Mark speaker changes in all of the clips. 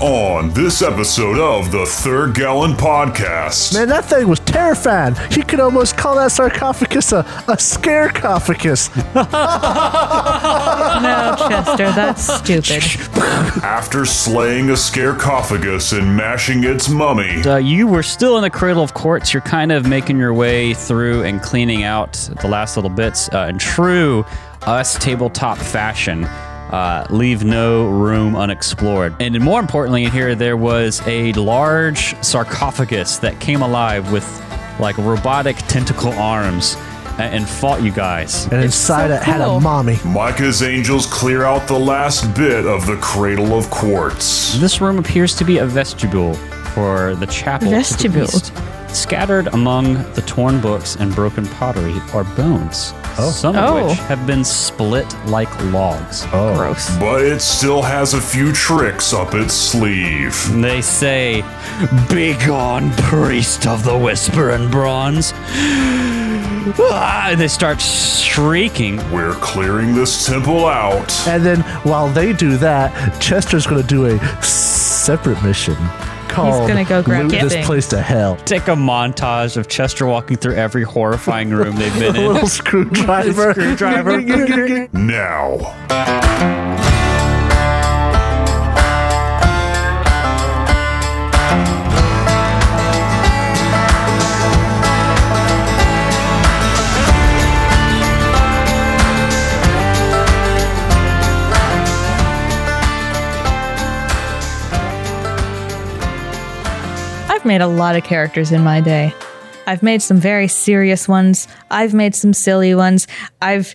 Speaker 1: on this episode of the Third Gallon Podcast.
Speaker 2: Man, that thing was terrifying. You could almost call that sarcophagus a, a scarecophagus.
Speaker 3: No, Chester, that's stupid.
Speaker 1: After slaying a scarecophagus and mashing its mummy,
Speaker 4: Uh, you were still in the cradle of quartz. You're kind of making your way through and cleaning out the last little bits uh, in true us tabletop fashion. Uh, leave no room unexplored. And more importantly, in here there was a large sarcophagus that came alive with like robotic tentacle arms a- and fought you guys.
Speaker 2: And inside
Speaker 3: so
Speaker 2: it had a
Speaker 3: cool.
Speaker 2: mommy.
Speaker 1: Micah's angels clear out the last bit of the cradle of quartz.
Speaker 4: This room appears to be a vestibule for the chapel. to the
Speaker 3: Vestibule.
Speaker 4: east. Scattered among the torn books and broken pottery are bones, some of
Speaker 3: Oh.
Speaker 4: which have been split like logs.
Speaker 3: Gross.
Speaker 1: But it still has a few tricks up its sleeve.
Speaker 4: And They say, Begone, priest of the whisper and bronze. Ah, and they start shrieking.
Speaker 1: We're clearing this temple out.
Speaker 2: And then while they do that, Chester's going to do a separate mission called
Speaker 3: gonna go grab
Speaker 2: Loot This
Speaker 3: things.
Speaker 2: Place to Hell.
Speaker 4: Take a montage of Chester walking through every horrifying room they've been in.
Speaker 2: Little screwdriver.
Speaker 4: Screwdriver.
Speaker 1: Now,
Speaker 3: I've made a lot of characters in my day. I've made some very serious ones. I've made some silly ones. I've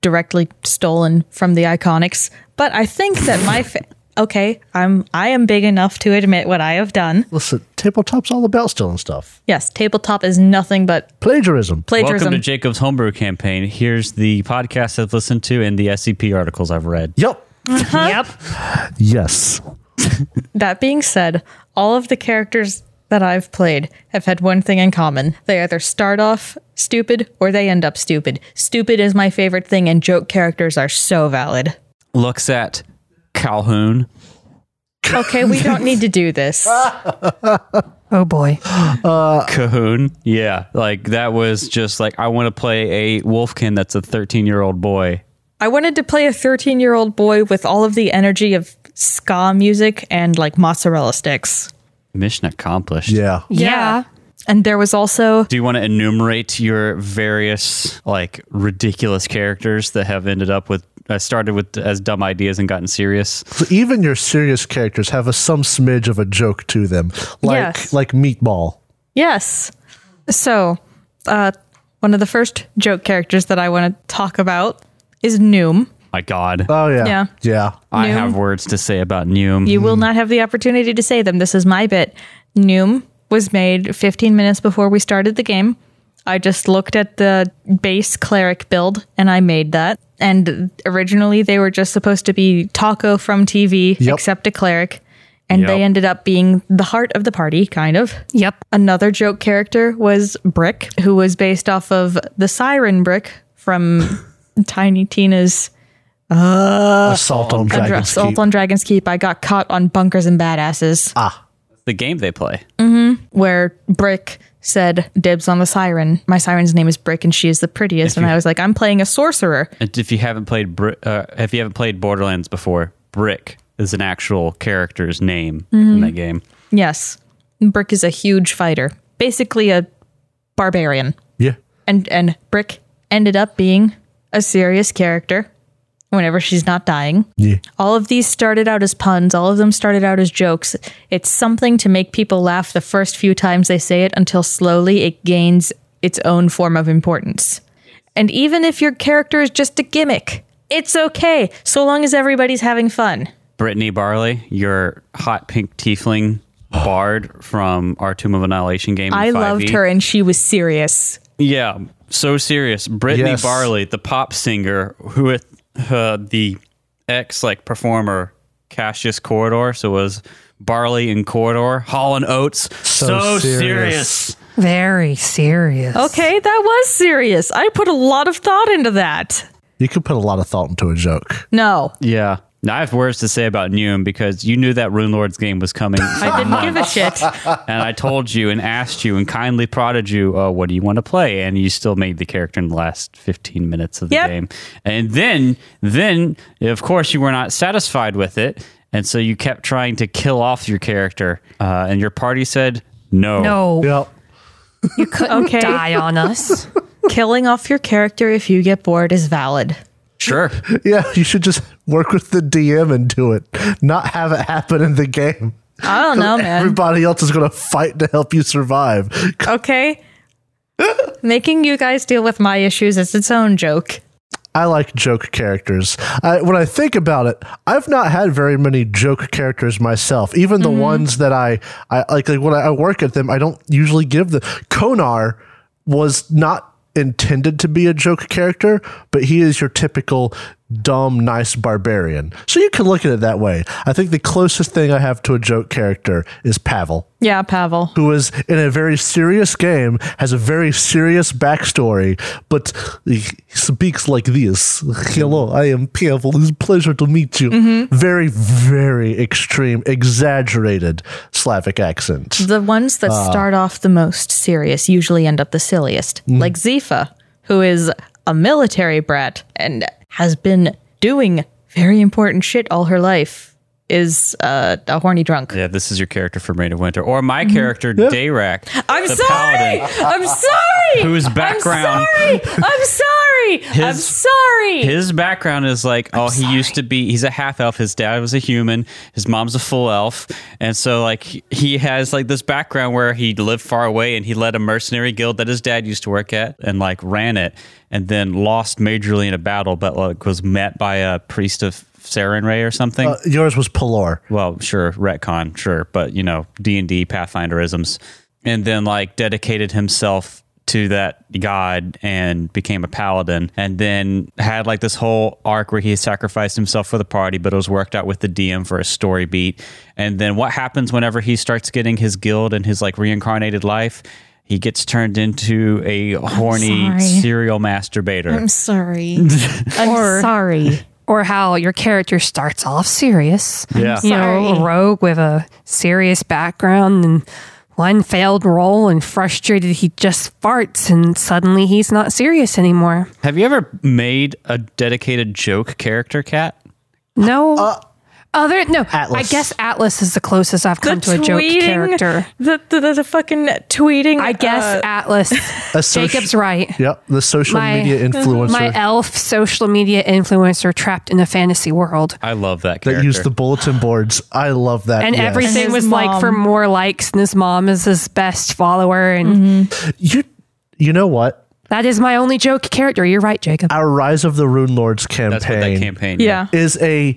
Speaker 3: directly stolen from the iconics. But I think that my fa- okay, I'm I am big enough to admit what I have done.
Speaker 2: Listen, tabletop's all about stealing stuff.
Speaker 3: Yes, tabletop is nothing but
Speaker 2: Plagiarism.
Speaker 3: plagiarism.
Speaker 4: Welcome to Jacob's Homebrew Campaign. Here's the podcast I've listened to and the SCP articles I've read.
Speaker 2: Yup.
Speaker 3: Uh-huh.
Speaker 2: Yep. Yes.
Speaker 3: That being said, all of the characters that I've played have had one thing in common. They either start off stupid or they end up stupid. Stupid is my favorite thing, and joke characters are so valid.
Speaker 4: Looks at Calhoun.
Speaker 3: Okay, we don't need to do this.
Speaker 5: Oh boy.
Speaker 4: Cahoon. Yeah. Like that was just like, I want to play a Wolfkin that's a 13 year old boy.
Speaker 3: I wanted to play a 13 year old boy with all of the energy of ska music and like mozzarella sticks.
Speaker 4: Mission accomplished.
Speaker 2: Yeah.
Speaker 5: Yeah.
Speaker 3: And there was also
Speaker 4: Do you want to enumerate your various, like, ridiculous characters that have ended up with, uh, started with as dumb ideas and gotten serious?
Speaker 2: So even your serious characters have a some smidge of a joke to them, like
Speaker 3: Yes.
Speaker 2: like meatball.
Speaker 3: Yes. So, uh, one of the first joke characters that I want to talk about is Noom.
Speaker 4: My God.
Speaker 2: Oh yeah,
Speaker 3: Yeah.
Speaker 2: yeah.
Speaker 4: I
Speaker 3: Noom.
Speaker 4: have words to say about Noom.
Speaker 3: You
Speaker 2: Hmm.
Speaker 3: will not have the opportunity to say them. This is my bit. Noom was made 15 minutes before we started the game. I just looked at the base cleric build and I made that. And originally they were just supposed to be Taco from TV,
Speaker 2: Yep.
Speaker 3: except a cleric. And they
Speaker 4: Yep.
Speaker 3: ended up being the heart of the party, kind of.
Speaker 5: Yep.
Speaker 3: Another joke character was Brick, who was based off of the Siren Brick from Tiny Tina's
Speaker 2: Assault on Dragon's
Speaker 3: Assault
Speaker 2: Keep.
Speaker 3: on Dragon's Keep. I got caught on Bunkers and Badasses,
Speaker 4: the game they play.
Speaker 3: where Brick said, Dibs on the Siren. My siren's name is Brick, and she is the prettiest. And I was like, I'm playing a sorcerer.
Speaker 4: And if you haven't played, Bri- uh, if you haven't played Borderlands before, Brick is an actual character's name
Speaker 3: Mm-hmm.
Speaker 4: in that game.
Speaker 3: Yes. Brick is a huge fighter, basically a barbarian.
Speaker 2: yeah,
Speaker 3: And, and Brick ended up being a serious character whenever she's not dying.
Speaker 2: yeah.
Speaker 3: All of these started out as puns. All of them started out as jokes. It's something to make people laugh the first few times they say it until slowly it gains its own form of importance. And even if your character is just a gimmick, it's okay so long as everybody's having fun.
Speaker 4: Brittany Barley, your hot pink tiefling bard from our Tomb of Annihilation game. in
Speaker 3: I
Speaker 4: 5e.
Speaker 3: loved her and she was serious.
Speaker 4: Yeah, so serious. Brittany
Speaker 2: Yes.
Speaker 4: Barley, the pop singer, who is, uh, the ex like performer Cassius Corridor. So it was Barley and Corridor, Hall and Oates. So, serious.
Speaker 5: Very serious.
Speaker 3: Okay, that was serious. I put a lot of thought into that.
Speaker 2: You could put a lot of thought into a joke.
Speaker 3: No.
Speaker 4: Yeah. Now I have words to say about Neum because you knew that Rune Lords game was coming,
Speaker 3: I didn't give a shit.
Speaker 4: and I told you and asked you and kindly prodded you, uh, "What do you want to play?" And you still made the character in the last fifteen minutes of the
Speaker 3: Yep.
Speaker 4: game. And then, then of course, you were not satisfied with it, and so you kept trying to kill off your character. Uh, and your party said, "No,
Speaker 5: No,
Speaker 2: Yep.
Speaker 5: you couldn't
Speaker 3: Okay.
Speaker 5: die on us.
Speaker 3: Killing off your character if you get bored is valid.
Speaker 4: sure."
Speaker 2: Yeah, you should just work with the DM and do it. Not have it happen in the game.
Speaker 3: I don't know, man.
Speaker 2: Everybody else is going to fight to help you survive.
Speaker 3: Okay. Making you guys deal with my issues is its own joke.
Speaker 2: I like joke characters. I, when I think about it, I've not had very many joke characters myself. Even the ones that I, I like, like when I, I work at them, I don't usually give the Konar was not intended to be a joke character, but he is your typical dumb, nice barbarian. So you can look at it that way. I think the closest thing I have to a joke character is Pavel
Speaker 3: Yeah, Pavel.
Speaker 2: who is in a very serious game, has a very serious backstory, but he speaks like this. Hello, I am Pavel. It's a pleasure to meet you.
Speaker 5: Mm-hmm.
Speaker 2: Very, very extreme, exaggerated Slavic accent.
Speaker 3: The ones that
Speaker 4: Ah.
Speaker 3: start off the most serious usually end up the silliest.
Speaker 4: Mm.
Speaker 3: Like Zifa, who is a military brat and has been doing very important shit all her life, is uh, a horny drunk.
Speaker 4: Yeah, this is your character for Maid of Winter, or my character Dayrak.
Speaker 3: Mm-hmm. I'm
Speaker 4: the
Speaker 3: sorry.
Speaker 4: Paladin,
Speaker 3: I'm sorry.
Speaker 4: Whose
Speaker 3: I'm
Speaker 4: background-
Speaker 3: sorry. I'm sorry. I'm
Speaker 4: His-
Speaker 3: sorry.
Speaker 4: His background is like, oh, he used to be, he's a half elf. His dad was a human. His mom's a full elf. And so, like, he has like this background where he lived far away and he led a mercenary guild that his dad used to work at and like ran it and then lost majorly in a battle, but like was met by a priest of Sarenrae or something.
Speaker 2: Yours was Pelor.
Speaker 4: well, sure, retcon, sure, but you know, D and D Pathfinderisms, and then like dedicated himself to that god and became a paladin, and then had like this whole arc where he sacrificed himself for the party, but it was worked out with the DM for a story beat, and then what happens whenever he starts getting his guild and his like reincarnated life? He gets turned into a horny
Speaker 3: sorry.
Speaker 4: serial masturbator.
Speaker 3: I'm sorry. I'm sorry.
Speaker 5: Or how your character starts off serious.
Speaker 4: Yeah.
Speaker 5: You know, a
Speaker 3: Sorry.
Speaker 5: rogue with a serious background and one failed roll and frustrated he just farts and suddenly he's not serious anymore.
Speaker 4: Have you ever made a dedicated joke character, Cat?
Speaker 5: No. other no,
Speaker 2: Uh, Atlas.
Speaker 5: I guess Atlas is the closest I've come to a joke character.
Speaker 3: The, the, the, the fucking tweeting.
Speaker 5: I guess
Speaker 3: uh,
Speaker 5: Atlas.
Speaker 2: A soci-
Speaker 5: Jacob's right.
Speaker 2: Yep, the social
Speaker 5: My-
Speaker 2: media influencer
Speaker 5: My elf social media influencer trapped in a fantasy world.
Speaker 4: I love that character.
Speaker 2: that used the bulletin boards. I love that.
Speaker 5: And
Speaker 2: Uh, yes.
Speaker 5: everything
Speaker 3: And his
Speaker 5: was like for
Speaker 3: mom.
Speaker 5: more likes, and his mom is his best follower. And
Speaker 3: Mm-hmm.
Speaker 2: you, you know what?
Speaker 5: that is my only joke character. You're right, Jacob.
Speaker 2: Our Rise of the Rune Lords campaign.
Speaker 4: That's what that campaign.
Speaker 3: yeah.
Speaker 2: is a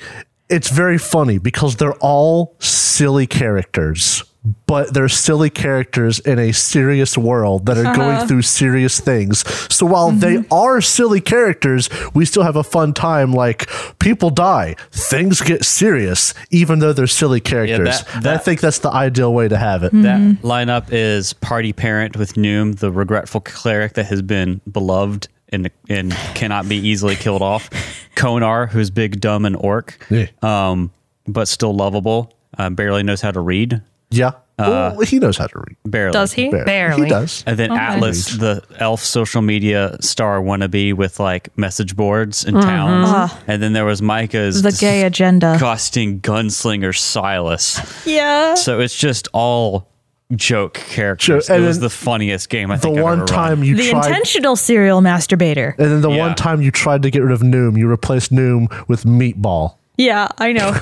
Speaker 2: it's very funny because they're all silly characters but they're silly characters in a serious world that are going through serious things so while they are silly characters we still have a fun time like people die things get serious even though they're silly characters And i
Speaker 4: that-
Speaker 2: think that's the ideal way to have it
Speaker 4: That
Speaker 3: Mm-hmm.
Speaker 4: lineup is Party Parent with Noom, the regretful cleric that has been beloved and and cannot be easily killed off. Konar, who's big, dumb, and orc,
Speaker 2: Yeah.
Speaker 4: um, but still lovable. Uh, barely knows how to read.
Speaker 2: yeah well, he knows how to read
Speaker 4: Barely.
Speaker 3: Does he? Oh,
Speaker 5: Barely.
Speaker 2: he does
Speaker 4: And then Atlas, the elf social media star wannabe with like message boards and towns. And then there was Micah's
Speaker 3: Mm-hmm. The gay agenda.
Speaker 4: disgusting gunslinger Silas.
Speaker 3: Yeah.
Speaker 4: So it's just all joke characters.
Speaker 2: Joke- and
Speaker 4: it was
Speaker 2: then
Speaker 4: the funniest game I
Speaker 2: the
Speaker 4: think I've
Speaker 2: one
Speaker 4: ever run.
Speaker 2: time you
Speaker 3: The
Speaker 2: tried
Speaker 3: intentional serial masturbator.
Speaker 2: and then the
Speaker 4: Yeah.
Speaker 2: one time you tried to get rid of Noom, you replaced Noom with Meatball.
Speaker 3: Yeah, I know.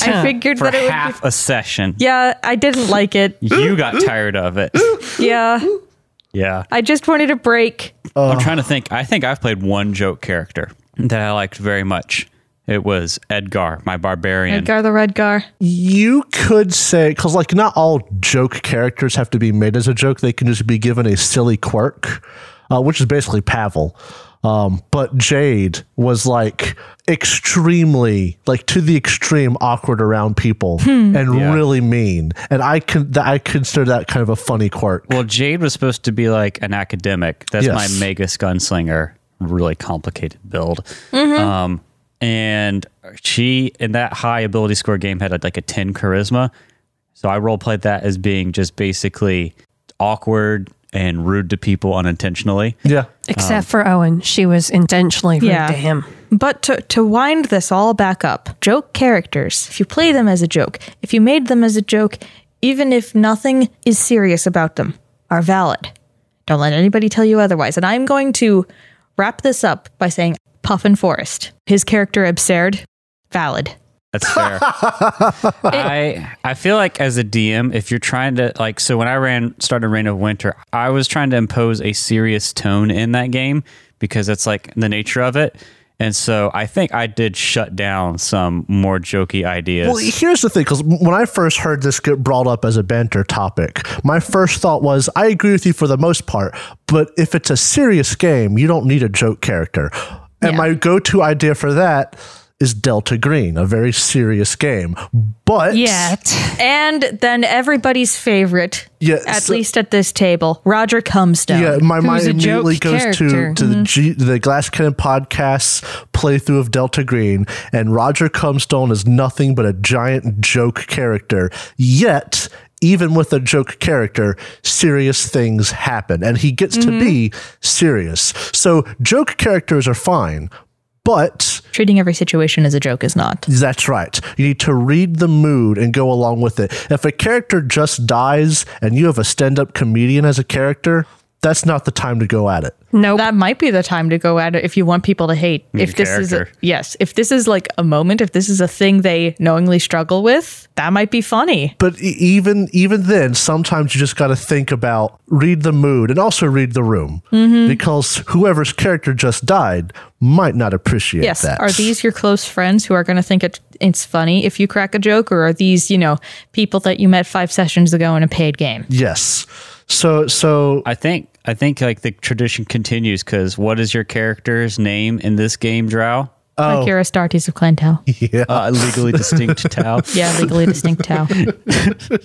Speaker 3: I figured
Speaker 4: for
Speaker 3: that it would
Speaker 4: half
Speaker 3: be.
Speaker 4: a session.
Speaker 3: Yeah, I didn't like it.
Speaker 4: You got tired of it.
Speaker 3: Yeah,
Speaker 4: Yeah.
Speaker 3: I just wanted a break.
Speaker 4: I'm trying to think. I think I've played one joke character that I liked very much. It was Edgar, my barbarian.
Speaker 3: Edgar the Redgar.
Speaker 2: You could say because like not all joke characters have to be made as a joke; they can just be given a silly quirk, uh, which is basically Pavel. Um, but Jade was like extremely, like to the extreme, awkward around people and really mean. And I can I consider that kind of a funny quirk.
Speaker 4: Well, Jade was supposed to be like an academic. That's
Speaker 2: Yes.
Speaker 4: my Magus gunslinger. Really complicated build. Um, and she in that high ability score game had like a 10 charisma. So I role played that as being just basically awkward and rude to people unintentionally.
Speaker 2: Yeah.
Speaker 5: Except for Owen, she was intentionally rude
Speaker 3: Yeah.
Speaker 5: to him.
Speaker 3: But to, to wind this all back up, joke characters, if you play them as a joke, if you made them as a joke, even if nothing is serious about them, are valid. Don't let anybody tell you otherwise. And I'm going to wrap this up by saying Puffin Forest. His character, Absurd, valid.
Speaker 4: That's fair. I I feel like as a DM, if you're trying to like, so when I ran started Reign of Winter, I was trying to impose a serious tone in that game because that's like the nature of it, and so I think I did shut down some more jokey ideas.
Speaker 2: Well, here's the thing, because when I first heard this get brought up as a banter topic, my first thought was, I agree with you for the most part, but if it's a serious game, you don't need a joke character. And
Speaker 3: Yeah.
Speaker 2: my go-to idea for that is Delta Green, a very serious game, but
Speaker 5: Yet.
Speaker 3: And then everybody's favorite,
Speaker 2: Yeah,
Speaker 3: at
Speaker 2: so-
Speaker 3: least at this table, Roger Cumstone.
Speaker 2: Yeah, my mind
Speaker 5: a
Speaker 2: immediately
Speaker 5: joke
Speaker 2: goes
Speaker 5: character. Mm-hmm.
Speaker 2: to to the G, the Glass Cannon podcast's playthrough of Delta Green, and Roger Cumstone is nothing but a giant joke character. Yet, even with a joke character, serious things happen, and he gets to be
Speaker 5: Mm-hmm.
Speaker 2: serious. So, joke characters are fine, but
Speaker 3: Treating every situation as a joke is not.
Speaker 2: that's right. You need to read the mood and go along with it. If a character just dies and you have a stand up comedian as a character, that's not the time to go at it.
Speaker 5: Nope.
Speaker 3: that might be the time to go at it if you want people to hate. if this is
Speaker 4: character.
Speaker 3: a, yes, if this is like a moment, if this is a thing they knowingly struggle with, that might be funny.
Speaker 2: But e- even even then, sometimes you just got to think about read the mood and also read the room
Speaker 3: Mm-hmm.
Speaker 2: because whoever's character just died might not appreciate
Speaker 3: Yes,
Speaker 2: that.
Speaker 3: are these your close friends who are going to think it, it's funny if you crack a joke, or are these you know people that you met five sessions ago in a paid game?
Speaker 2: Yes. So so
Speaker 4: I think I think like the tradition continues because what is your character's name in this game, Drow?
Speaker 3: Like you're Astartes of Clantel.
Speaker 4: Uh, legally distinct Tau.
Speaker 3: yeah, legally distinct Tau.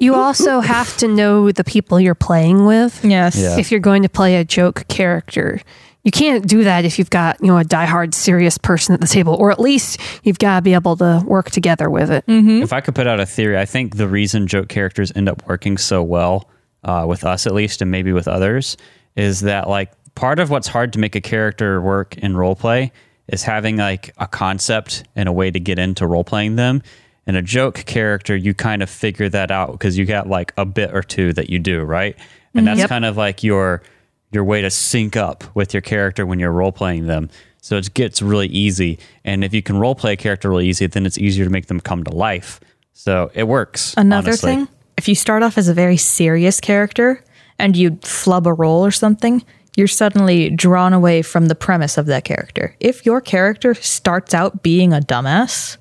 Speaker 5: you also have to know the people you're playing with.
Speaker 3: Yes.
Speaker 5: If you're going to play a joke character, you can't do that if you've got, you know, a diehard serious person at the table, or at least you've got to be able to work together with it.
Speaker 3: Mm-hmm.
Speaker 4: If I could put out a theory, I think the reason joke characters end up working so well uh, with us, at least, and maybe with others, is that like part of what's hard to make a character work in role play is having like a concept and a way to get into role playing them. In a joke character, you kind of figure that out because you got like a bit or two that you do right, and that's kind of like your your way to sync up with your character when you're role playing them. So it gets really easy. And if you can role play a character really easy, then it's easier to make them come to life. So it works.
Speaker 3: Another
Speaker 4: honestly.
Speaker 3: thing, if you start off as a very serious character and you flub a role or something, you're suddenly drawn away from the premise of that character. If your character starts out being a dumbass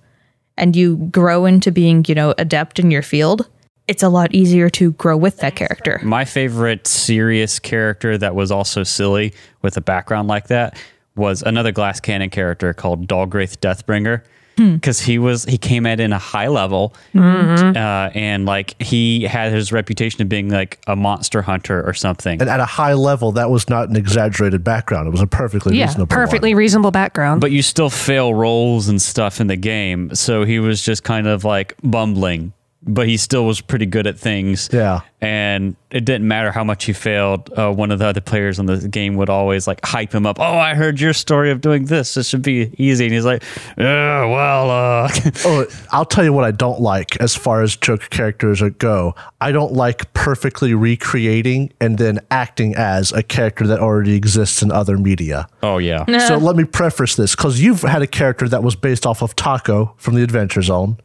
Speaker 3: and you grow into being, you know, adept in your field, it's a lot easier to grow with that character.
Speaker 4: My favorite serious character that was also silly with a background like that was another glass cannon character called Dalgraith Deathbringer.
Speaker 3: Hmm.
Speaker 4: Because he was, he came at it in a high level,
Speaker 3: Mm-hmm.
Speaker 4: uh, and like he had his reputation of being like a monster hunter or something.
Speaker 2: and at a high level, that was not an exaggerated background. It was a perfectly reasonable one.
Speaker 5: Perfectly reasonable background.
Speaker 4: but you still fail rolls and stuff in the game. So he was just kind of like bumbling, but he still was pretty good at things.
Speaker 2: Yeah.
Speaker 4: And it didn't matter how much he failed. Uh, one of the other players on the game would always like hype him up. Oh, I heard your story of doing this. This should be easy. And he's like, "Yeah, well, uh,
Speaker 2: Oh, I'll tell you what I don't like as far as joke characters are- go. I don't like perfectly recreating and then acting as a character that already exists in other media.
Speaker 4: oh yeah.
Speaker 2: So let me preface this because you've had a character that was based off of Taco from the Adventure Zone,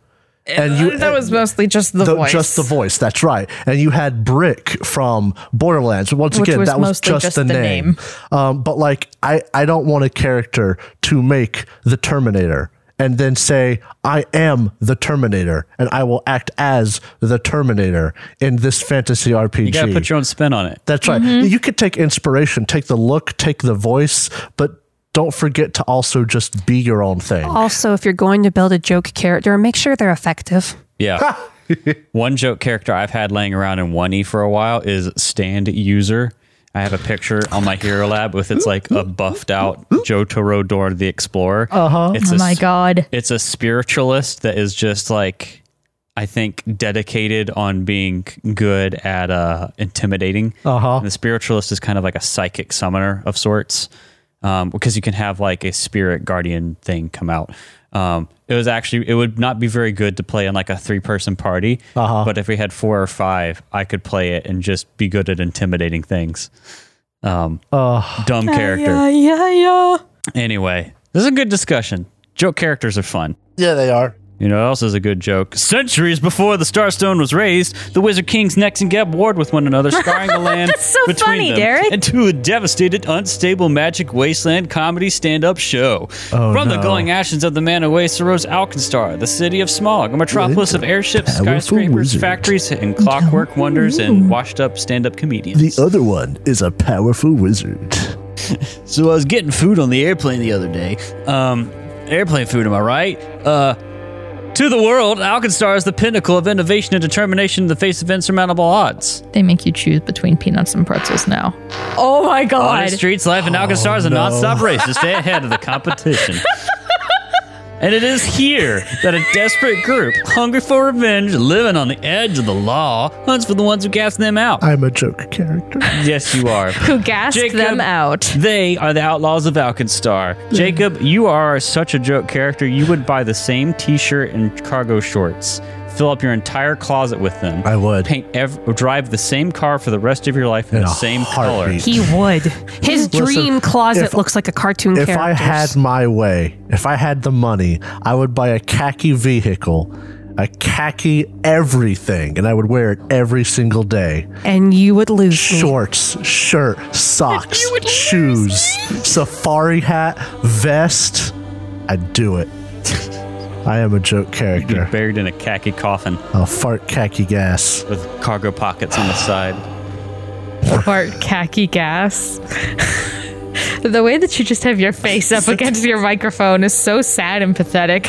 Speaker 2: and
Speaker 3: Uh,
Speaker 2: you
Speaker 6: That was mostly just the,
Speaker 2: the-
Speaker 6: voice.
Speaker 2: just the voice. That's right. And you had Brick from Borderlands. Once
Speaker 3: Which
Speaker 2: again,
Speaker 3: was
Speaker 2: that was
Speaker 3: mostly
Speaker 2: just, the, name. Um, but like, I I don't want a character to make the Terminator and then say I am the Terminator and I will act as the Terminator in this fantasy RPG.
Speaker 4: You got to put your own spin on it.
Speaker 2: That's right. You could take inspiration, take the look, take the voice, but don't forget to also just be your own thing.
Speaker 5: also, if you're going to build a joke character, make sure they're effective.
Speaker 4: Yeah. E one joke character I've had laying around in 1E for a while is stand user. I have a picture on my Hero Lab with it's like a buffed out Jotaro Dorn the Explorer. Uh huh. It's
Speaker 3: Oh
Speaker 4: a
Speaker 3: my
Speaker 4: s-
Speaker 3: god.
Speaker 4: It's a spiritualist that is just like, I think, dedicated on being good at uh, intimidating. Uh huh. The spiritualist is kind of like a psychic summoner of sorts, um, because you can have like a spirit guardian thing come out. Um, it was actually it would not be very good to play in like a three person party, uh-huh. but if we had four or five, I could play it and just be good at intimidating things. Um, dumb character.
Speaker 3: Yeah, yeah, yeah.
Speaker 4: Anyway, this is a good discussion. Joke characters are fun.
Speaker 2: Yeah, they are.
Speaker 4: You know what else is a good joke? Centuries before the Starstone was raised, the Wizard Kings necks and gab warred with one another, scarring the land
Speaker 3: That's so
Speaker 4: between
Speaker 3: funny,
Speaker 4: them
Speaker 3: Derek.
Speaker 4: into a devastated, unstable magic wasteland comedy stand-up show. From the
Speaker 2: no.
Speaker 4: glowing ashes of the Man of Waste arose Alkenstar, the city of smog, a metropolis of airships, skyscrapers,
Speaker 2: wizard.
Speaker 4: factories, and clockwork wonders, and washed-up stand-up comedians.
Speaker 2: other one is a powerful wizard.
Speaker 4: So I was getting food on the airplane the other day. Um, airplane food, am I right? Uh, to the world, Alkenstar is the pinnacle of innovation and determination in the face of insurmountable odds.
Speaker 3: They make you choose between peanuts and pretzels now. Oh my
Speaker 4: On
Speaker 3: god.
Speaker 4: its streets, life in Alkenstar is a nonstop race to stay ahead of the competition. and it is here that a desperate group, hungry for revenge, living on the edge of the law, hunts for the ones who cast them out.
Speaker 2: I'm a joke character.
Speaker 4: yes, you are.
Speaker 3: Who gassed
Speaker 4: Jacob.
Speaker 3: them out?
Speaker 4: They are the outlaws of Alkenstar. Jacob, you are such a joke character. You would buy the same T-shirt and cargo shorts, fill up your entire closet with them.
Speaker 2: I would.
Speaker 4: paint, ev- or drive the same car for the rest of your life in,
Speaker 2: In
Speaker 4: the
Speaker 2: a
Speaker 4: same color.
Speaker 2: heartbeat.
Speaker 5: He would. His dream closet
Speaker 2: if-
Speaker 5: looks like a cartoon
Speaker 2: If
Speaker 5: character.
Speaker 2: I had my way, if I had the money, I would buy a khaki vehicle, a khaki everything, and I would wear it every single day.
Speaker 5: and you would lose me.
Speaker 2: Shorts, shirt, socks, shoes, safari hat, vest. I'd do it. I am a joke
Speaker 4: Be
Speaker 2: character.
Speaker 4: buried in a khaki coffin
Speaker 2: I'll fart khaki gas.
Speaker 4: with cargo pockets on the side.
Speaker 3: Fart khaki gas. the way that you just have your face up against your microphone is so sad and pathetic.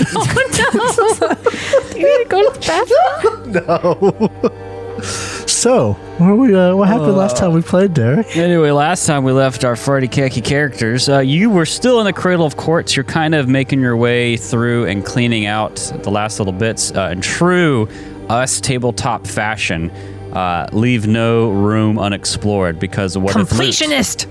Speaker 3: oh no! you gotta go to the bathroom.
Speaker 2: So, where we? Uh, what happened last time we played, Derek?
Speaker 4: Anyway, last time we left our Freddy khaki characters, uh, you were still in the Cradle of Quartz. You're kind of making your way through and cleaning out the last little bits uh, in true us tabletop fashion. Uh, leave no room unexplored because what if loot?
Speaker 5: Completionist.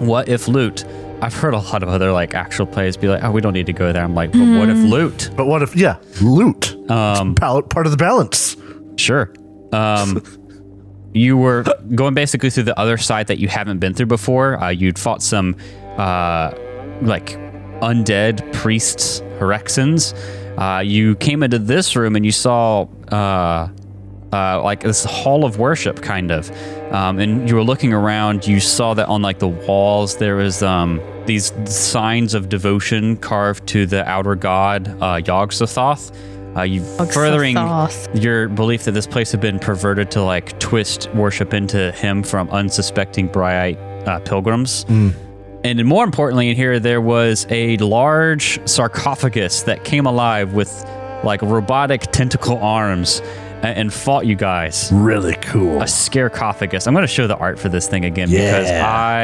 Speaker 4: What if loot? I've heard a lot of other like actual plays be like, oh, we don't need to go there. I'm like, but what if loot?
Speaker 2: But what if? Yeah, loot.
Speaker 4: Um,
Speaker 2: Pal- part of the balance.
Speaker 4: Sure. Um, you were going basically through the other side that you haven't been through before. Uh, you'd fought some uh, like undead priests, Herexans. Uh, you came into this room and you saw uh, uh, like this hall of worship, kind of. Um, and you were looking around. You saw that on like the walls there was um, these signs of devotion carved to the outer god uh, Yog-Sothoth. Uh, you furthering
Speaker 3: Yog-Sothoth.
Speaker 4: your belief that this place had been perverted to like twist worship into him from unsuspecting Bright uh, pilgrims. And more importantly, in here, there was a large sarcophagus that came alive with like robotic tentacle arms a- and fought you guys.
Speaker 2: Really cool.
Speaker 4: A scarcophagus. I'm going to show the art for this thing again because
Speaker 2: Yeah.
Speaker 4: I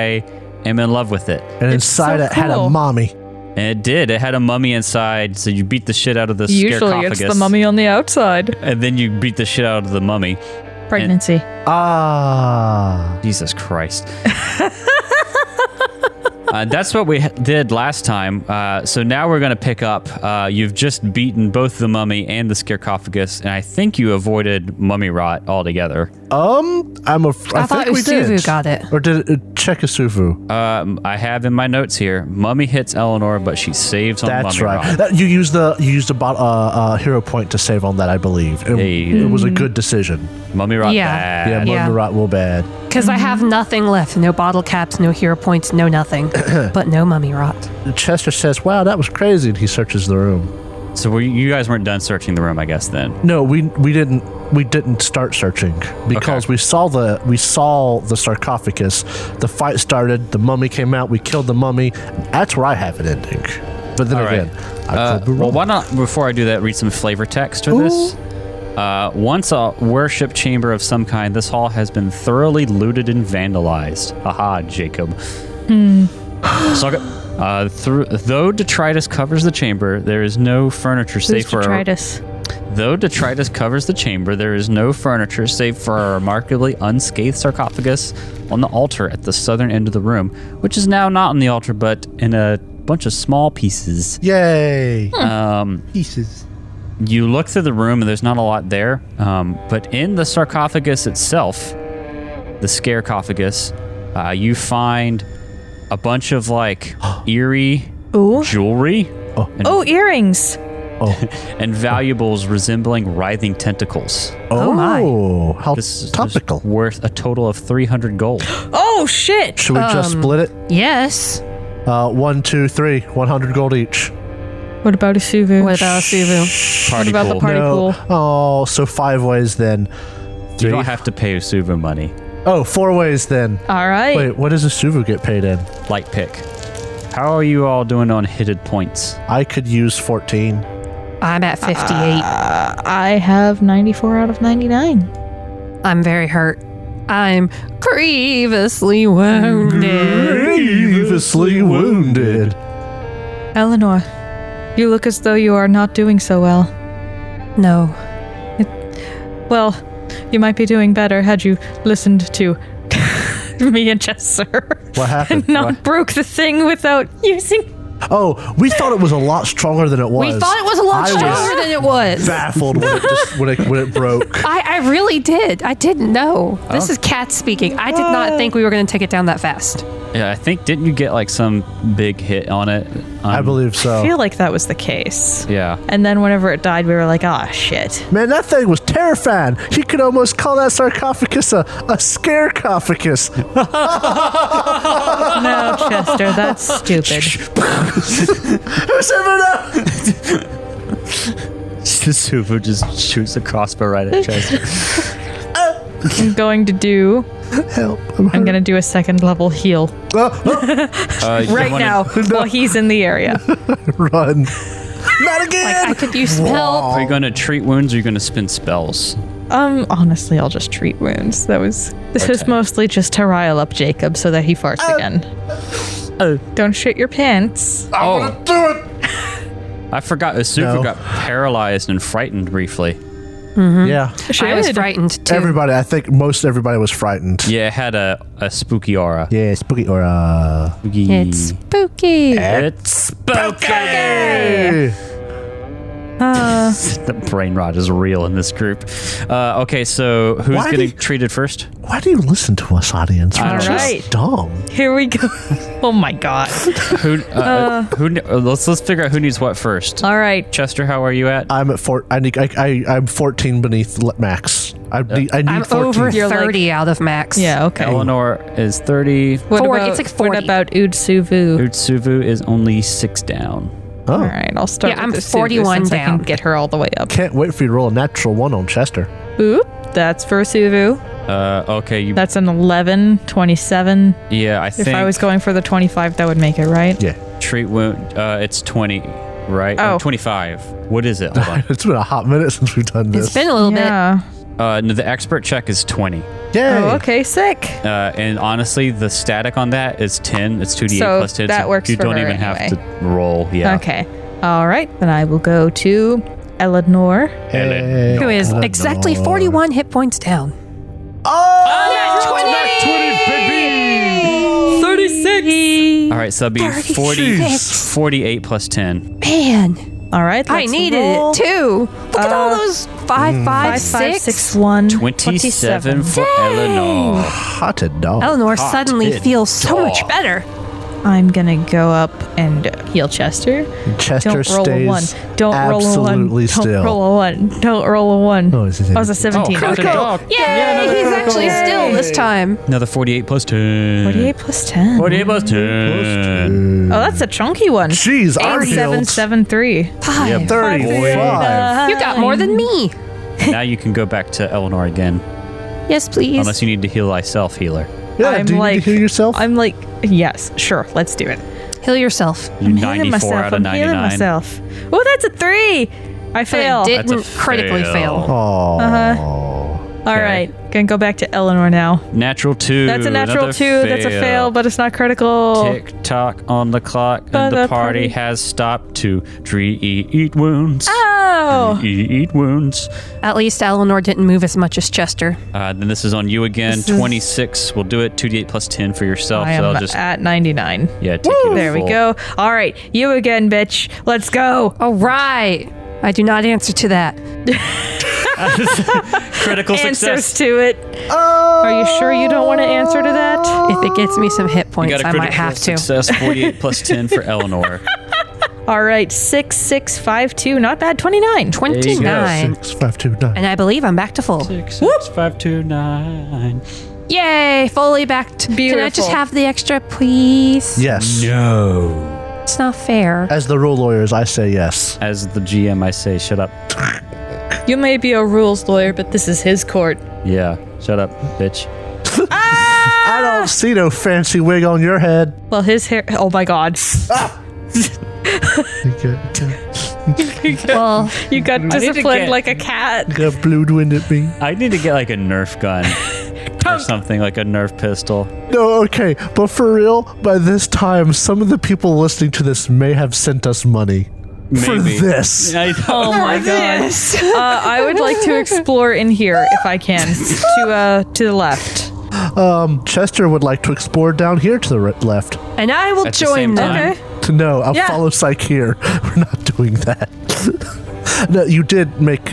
Speaker 4: am in love with it.
Speaker 2: And inside
Speaker 3: so
Speaker 2: it had a
Speaker 3: cool.
Speaker 2: mommy.
Speaker 4: And it did. It had a mummy inside, so you beat the shit out of the
Speaker 3: Usually,
Speaker 4: scarcophagus.
Speaker 3: it's the mummy on the outside.
Speaker 4: And then you beat the shit out of the mummy.
Speaker 3: Pregnancy.
Speaker 2: Ah.
Speaker 4: Jesus Christ. Uh, that's what we ha- did last time. Uh, so now we're going to pick up. Uh, you've just beaten both the mummy and the sarcophagus, and I think you avoided mummy rot altogether.
Speaker 2: Um, I'm a. I,
Speaker 5: I thought
Speaker 2: think we did.
Speaker 5: Usuvu got it.
Speaker 2: Or did it uh, check Isuvu?
Speaker 4: Um, I have in my notes here mummy hits Eleanor, but she saves on
Speaker 2: That's
Speaker 4: mummy
Speaker 2: right.
Speaker 4: rot.
Speaker 2: That, you used the you used a bot, uh, uh, hero point to save on that, I believe. It,
Speaker 4: Hey.
Speaker 2: it was a good decision.
Speaker 4: Mummy rot
Speaker 5: Yeah.
Speaker 4: bad.
Speaker 2: Yeah,
Speaker 5: Yeah.
Speaker 2: yeah. rot will bad.
Speaker 5: Because I have nothing left. No bottle caps, no hero points, no nothing. but no mummy rot.
Speaker 2: Chester says, "Wow, that was crazy," and he searches the room.
Speaker 4: So were you, you guys weren't done searching the room, I guess. Then
Speaker 2: No, we we didn't we didn't start searching because
Speaker 4: Okay.
Speaker 2: we saw the we saw the sarcophagus. The fight started. The mummy came out. We killed the mummy. That's where I have an ending. But then
Speaker 4: All right.
Speaker 2: again, I
Speaker 4: Uh,
Speaker 2: could be
Speaker 4: well,
Speaker 2: wrong.
Speaker 4: why not? Before I do that, read some flavor text for this. Uh, once a worship chamber of some kind, this hall has been thoroughly looted and vandalized. Aha, Jacob.
Speaker 3: Hmm.
Speaker 4: Suck it. Uh, through, though detritus covers the chamber, there is no furniture
Speaker 3: Who's
Speaker 4: safe for a-
Speaker 3: detritus?
Speaker 4: Though detritus covers the chamber, there is no furniture save for a remarkably unscathed sarcophagus on the altar at the southern end of the room, which is now not on the altar but in a bunch of small pieces.
Speaker 2: Yay!
Speaker 4: Hmm.
Speaker 2: Um, Pieces.
Speaker 4: You look through the room and there's not a lot there, um, but in the sarcophagus itself, the scarecophagus, uh, you find a bunch of like eerie
Speaker 3: Ooh.
Speaker 4: jewelry
Speaker 3: Oh, earrings.
Speaker 4: and valuables resembling writhing tentacles.
Speaker 2: Oh,
Speaker 5: my.
Speaker 2: how
Speaker 4: This is just
Speaker 2: topical.
Speaker 4: worth a total of 300 gold.
Speaker 3: Oh shit.
Speaker 2: Should we just split it?
Speaker 5: Yes.
Speaker 2: Uh, one, two, three. One hundred gold each.
Speaker 3: What about a Suvu?
Speaker 5: What about uh, Suvu?
Speaker 4: Party
Speaker 3: about the
Speaker 4: pool.
Speaker 3: party- Very
Speaker 2: No.
Speaker 3: cool.
Speaker 2: Oh, so five ways then.
Speaker 4: You don't have to pay Usuvu money.
Speaker 2: Oh, four ways then.
Speaker 3: All right.
Speaker 2: Wait, what does a suvu get paid in?
Speaker 4: Light pick. How are you all doing on hitted points?
Speaker 2: I could use fourteen.
Speaker 5: I'm at 58.
Speaker 3: I have 94 out of 99.
Speaker 5: I'm very hurt. I'm grievously wounded.
Speaker 2: Grievously wounded.
Speaker 3: Eleanor, you look as though you are not doing so well.
Speaker 2: Mm-hmm.
Speaker 5: No.
Speaker 3: Well, you might be doing better had you listened to me and Jesser.
Speaker 2: What happened?
Speaker 3: and not broke the thing without using
Speaker 2: Oh, we thought it was a lot stronger than it was.
Speaker 5: We thought it was a lot
Speaker 2: I was
Speaker 5: stronger than it was.
Speaker 2: baffled when it just when it, when it broke.
Speaker 5: I, I really did. I didn't know. This is Kat speaking. I did not think we were going to take it down that fast.
Speaker 4: Yeah, I think didn't you get like some big hit on it? Um,
Speaker 2: I believe
Speaker 3: I feel
Speaker 2: so.
Speaker 3: like that was the case.
Speaker 4: Yeah.
Speaker 3: And then whenever it died, we were like, ah, shit.
Speaker 2: Man, that thing was terrifying. He could almost call that sarcophagus a, a scarecophagus.
Speaker 3: No, Chester, that's stupid.
Speaker 2: Who's ever know?
Speaker 4: Usuvu just shoots a crossbow right at Chester.
Speaker 3: I'm going to do.
Speaker 2: Help! I'm
Speaker 3: I'm going to do a second level heal
Speaker 4: Uh, you
Speaker 3: right
Speaker 4: wanna-
Speaker 3: now while he's in the area.
Speaker 2: gonna run. Not again.
Speaker 5: I could use some help.
Speaker 4: Are you going to treat wounds or are you going to spin spells?
Speaker 3: Um, honestly, I'll just treat wounds. That was. This is mostly just to rile up Jacob so that he farts again.
Speaker 4: Oh.
Speaker 3: Don't shit your pants.
Speaker 4: Oh, I forgot Usuvu
Speaker 2: No.
Speaker 4: got paralyzed and frightened briefly.
Speaker 3: Mm-hmm.
Speaker 2: yeah.
Speaker 5: I was
Speaker 3: Should.
Speaker 5: frightened too.
Speaker 2: Everybody, I think most everybody was frightened.
Speaker 4: Yeah, it had a, a spooky aura.
Speaker 2: Yeah, spooky or uh.
Speaker 4: Spooky.
Speaker 5: it's spooky.
Speaker 4: It's spooky. the brain rot is real in this group. Uh, okay, so who's
Speaker 2: Why do
Speaker 4: getting
Speaker 2: you-
Speaker 4: treated first?
Speaker 2: Why do you listen to us, audience? We're
Speaker 4: All
Speaker 2: just
Speaker 3: right.
Speaker 2: dumb.
Speaker 3: Here we go. oh my god.
Speaker 4: Who? Uh, who? ne- uh, Let's let's figure out who needs what first.
Speaker 3: All right.
Speaker 4: Chester, how are you at?
Speaker 2: I'm at four. I need. I, I I'm 14 beneath le- max. I need. I need
Speaker 5: I'm
Speaker 2: 14.
Speaker 5: over
Speaker 3: You're like-
Speaker 5: 30 out of max.
Speaker 3: Yeah. Okay.
Speaker 4: Eleanor is thirty.
Speaker 3: What
Speaker 5: Forty.
Speaker 3: about,
Speaker 5: It's like
Speaker 3: What
Speaker 5: 40.
Speaker 3: about Udsuvu?
Speaker 4: Utsuvu is only six down.
Speaker 3: All right, I'll start.
Speaker 5: Yeah,
Speaker 3: with
Speaker 5: I'm
Speaker 3: Udsuvu
Speaker 5: 41
Speaker 3: since I can
Speaker 5: down.
Speaker 3: get her all the way up.
Speaker 2: Can't wait for you to roll a natural one on Chester.
Speaker 3: Oop, that's for Suvu.
Speaker 4: Uh, okay, you,
Speaker 3: That's an 11, 27.
Speaker 4: yeah, I think
Speaker 3: If I was going for the 25, that would make it, right?
Speaker 2: Yeah,
Speaker 4: treat wound. Uh, it's twenty, right?
Speaker 3: Oh.
Speaker 4: twenty-five. What is it? Hold
Speaker 2: it's been a hot minute since we've done this.
Speaker 5: It's been a little
Speaker 3: Yeah.
Speaker 4: on. uh, no, the expert check is twenty.
Speaker 2: Yay.
Speaker 3: Oh, okay, sick.
Speaker 4: Uh, and honestly, the static on that is 10. It's 2d8
Speaker 3: So
Speaker 4: plus 10.
Speaker 3: that
Speaker 4: so
Speaker 3: works
Speaker 4: You
Speaker 3: for
Speaker 4: don't
Speaker 3: her
Speaker 4: even have
Speaker 3: anyway.
Speaker 4: to roll. Yeah.
Speaker 3: Okay. All right, then I will go to Eleanor.
Speaker 5: bit. Who is
Speaker 2: Eleanor.
Speaker 5: exactly 41 hit points down.
Speaker 2: Oh,
Speaker 4: All right, so that'd be 40,
Speaker 5: 36.
Speaker 4: 48 plus 10.
Speaker 5: Man,
Speaker 3: All right,
Speaker 5: I
Speaker 3: let's
Speaker 5: needed
Speaker 3: roll.
Speaker 5: it too. Look at all those five,
Speaker 3: Uh,
Speaker 4: mm.
Speaker 5: five,
Speaker 3: Five,
Speaker 5: six.
Speaker 3: five, six, one,
Speaker 4: 27 for
Speaker 5: Dang.
Speaker 4: Eleanor.
Speaker 2: hot to dog.
Speaker 5: Eleanor
Speaker 4: Hot
Speaker 5: suddenly
Speaker 4: did
Speaker 5: feels so much
Speaker 4: dog.
Speaker 5: better.
Speaker 3: I'm gonna go up and heal Chester.
Speaker 2: Chester
Speaker 3: Don't roll a one.
Speaker 2: stays
Speaker 3: Don't roll a one.
Speaker 2: absolutely
Speaker 3: Don't
Speaker 2: still.
Speaker 3: roll a one. Don't roll a one.
Speaker 2: Oh, is it-
Speaker 3: I was a seventeen.
Speaker 4: hot
Speaker 3: okay.
Speaker 4: dog.
Speaker 5: Yay! he's actually still this time.
Speaker 4: Another 48 plus 10.
Speaker 3: 48 plus 10.
Speaker 4: 48 plus 10.
Speaker 3: Oh, that's a chunky one.
Speaker 2: Jeez, I'm
Speaker 3: Seven,
Speaker 2: healed.
Speaker 3: seven, three.
Speaker 5: Five.
Speaker 2: Thirty-five.
Speaker 5: You got more than me.
Speaker 4: now you can go back to Eleanor again,
Speaker 5: Yes, please.
Speaker 4: unless you need to heal thyself, healer.
Speaker 2: Yeah, do you need to heal yourself?
Speaker 3: I'm like, yes, sure, let's do it.
Speaker 5: Heal yourself.
Speaker 4: You're
Speaker 3: I'm healing
Speaker 4: 94 out of
Speaker 3: I'm healing
Speaker 4: 99.
Speaker 3: myself. Oh, that's a three. I fail.
Speaker 5: But
Speaker 3: All
Speaker 5: it didn't
Speaker 4: That's a
Speaker 5: critically fail.
Speaker 4: fail.
Speaker 3: right, gonna go back to Eleanor now.
Speaker 4: Natural two.
Speaker 3: That's a natural
Speaker 4: another
Speaker 3: two. That's a fail, but it's not critical.
Speaker 4: Tick tock on the clock,
Speaker 3: But
Speaker 4: and the
Speaker 3: the
Speaker 4: party
Speaker 3: party-
Speaker 4: has stopped to tree eat, eat wounds.
Speaker 3: Oh,
Speaker 4: Eat, eat wounds.
Speaker 5: At least Eleanor didn't move as much as Chester.
Speaker 4: Uh, then this is on you again.
Speaker 3: This is-
Speaker 4: 26 will do it. 2d8 plus 10 for yourself.
Speaker 3: I
Speaker 4: so
Speaker 3: am
Speaker 4: I'll just,
Speaker 3: at ninety nine.
Speaker 4: yeah, take you to
Speaker 3: There we
Speaker 4: full.
Speaker 3: go. All right, you again, bitch. Let's go.
Speaker 5: All right. I do not answer to that.
Speaker 4: Critical
Speaker 3: Answers
Speaker 4: success.
Speaker 3: to it. Are you sure you don't want to answer to that?
Speaker 5: If it gets me some hit
Speaker 4: You
Speaker 5: points,
Speaker 4: got a
Speaker 5: I
Speaker 4: critical
Speaker 5: might have to.
Speaker 4: success. 48 plus 10 for Eleanor.
Speaker 3: All right, six six five two. Not bad. Twenty nine.
Speaker 4: you go.
Speaker 5: 29.
Speaker 2: Six, five, two, nine.
Speaker 5: And I believe I'm back to full.
Speaker 4: Six, six, five, two, nine.
Speaker 5: Yay, fully back. To, can I just
Speaker 3: Beautiful.
Speaker 5: have the extra, please?
Speaker 2: yes.
Speaker 4: No.
Speaker 5: It's not fair.
Speaker 2: As the rule lawyers, I say yes.
Speaker 4: As the GM, I say, shut up.
Speaker 3: You may be a rules lawyer, but this is his court.
Speaker 4: Yeah, shut up, bitch.
Speaker 3: Ah!
Speaker 2: I don't see no fancy wig on your head.
Speaker 3: Well, his hair. Oh my God!
Speaker 2: You
Speaker 5: well,
Speaker 3: You got
Speaker 4: to
Speaker 3: disciplined
Speaker 4: get-
Speaker 3: like a cat.
Speaker 2: got blue wind at me.
Speaker 4: I need to get like a Nerf gun or something, like a Nerf pistol.
Speaker 2: No, okay, but for real, by this time, some of the people listening to this may have sent us money for
Speaker 4: Maybe.
Speaker 2: this.
Speaker 4: I oh my god.
Speaker 3: Uh, I would like to explore in here if I can to uh to the left.
Speaker 2: Chester would like to explore down here to the right, left.
Speaker 5: and I will
Speaker 4: At the same
Speaker 5: join them.
Speaker 4: time.
Speaker 2: To no, I'll
Speaker 3: Yeah.
Speaker 2: follow Psyche here. We're not doing that. no, you did make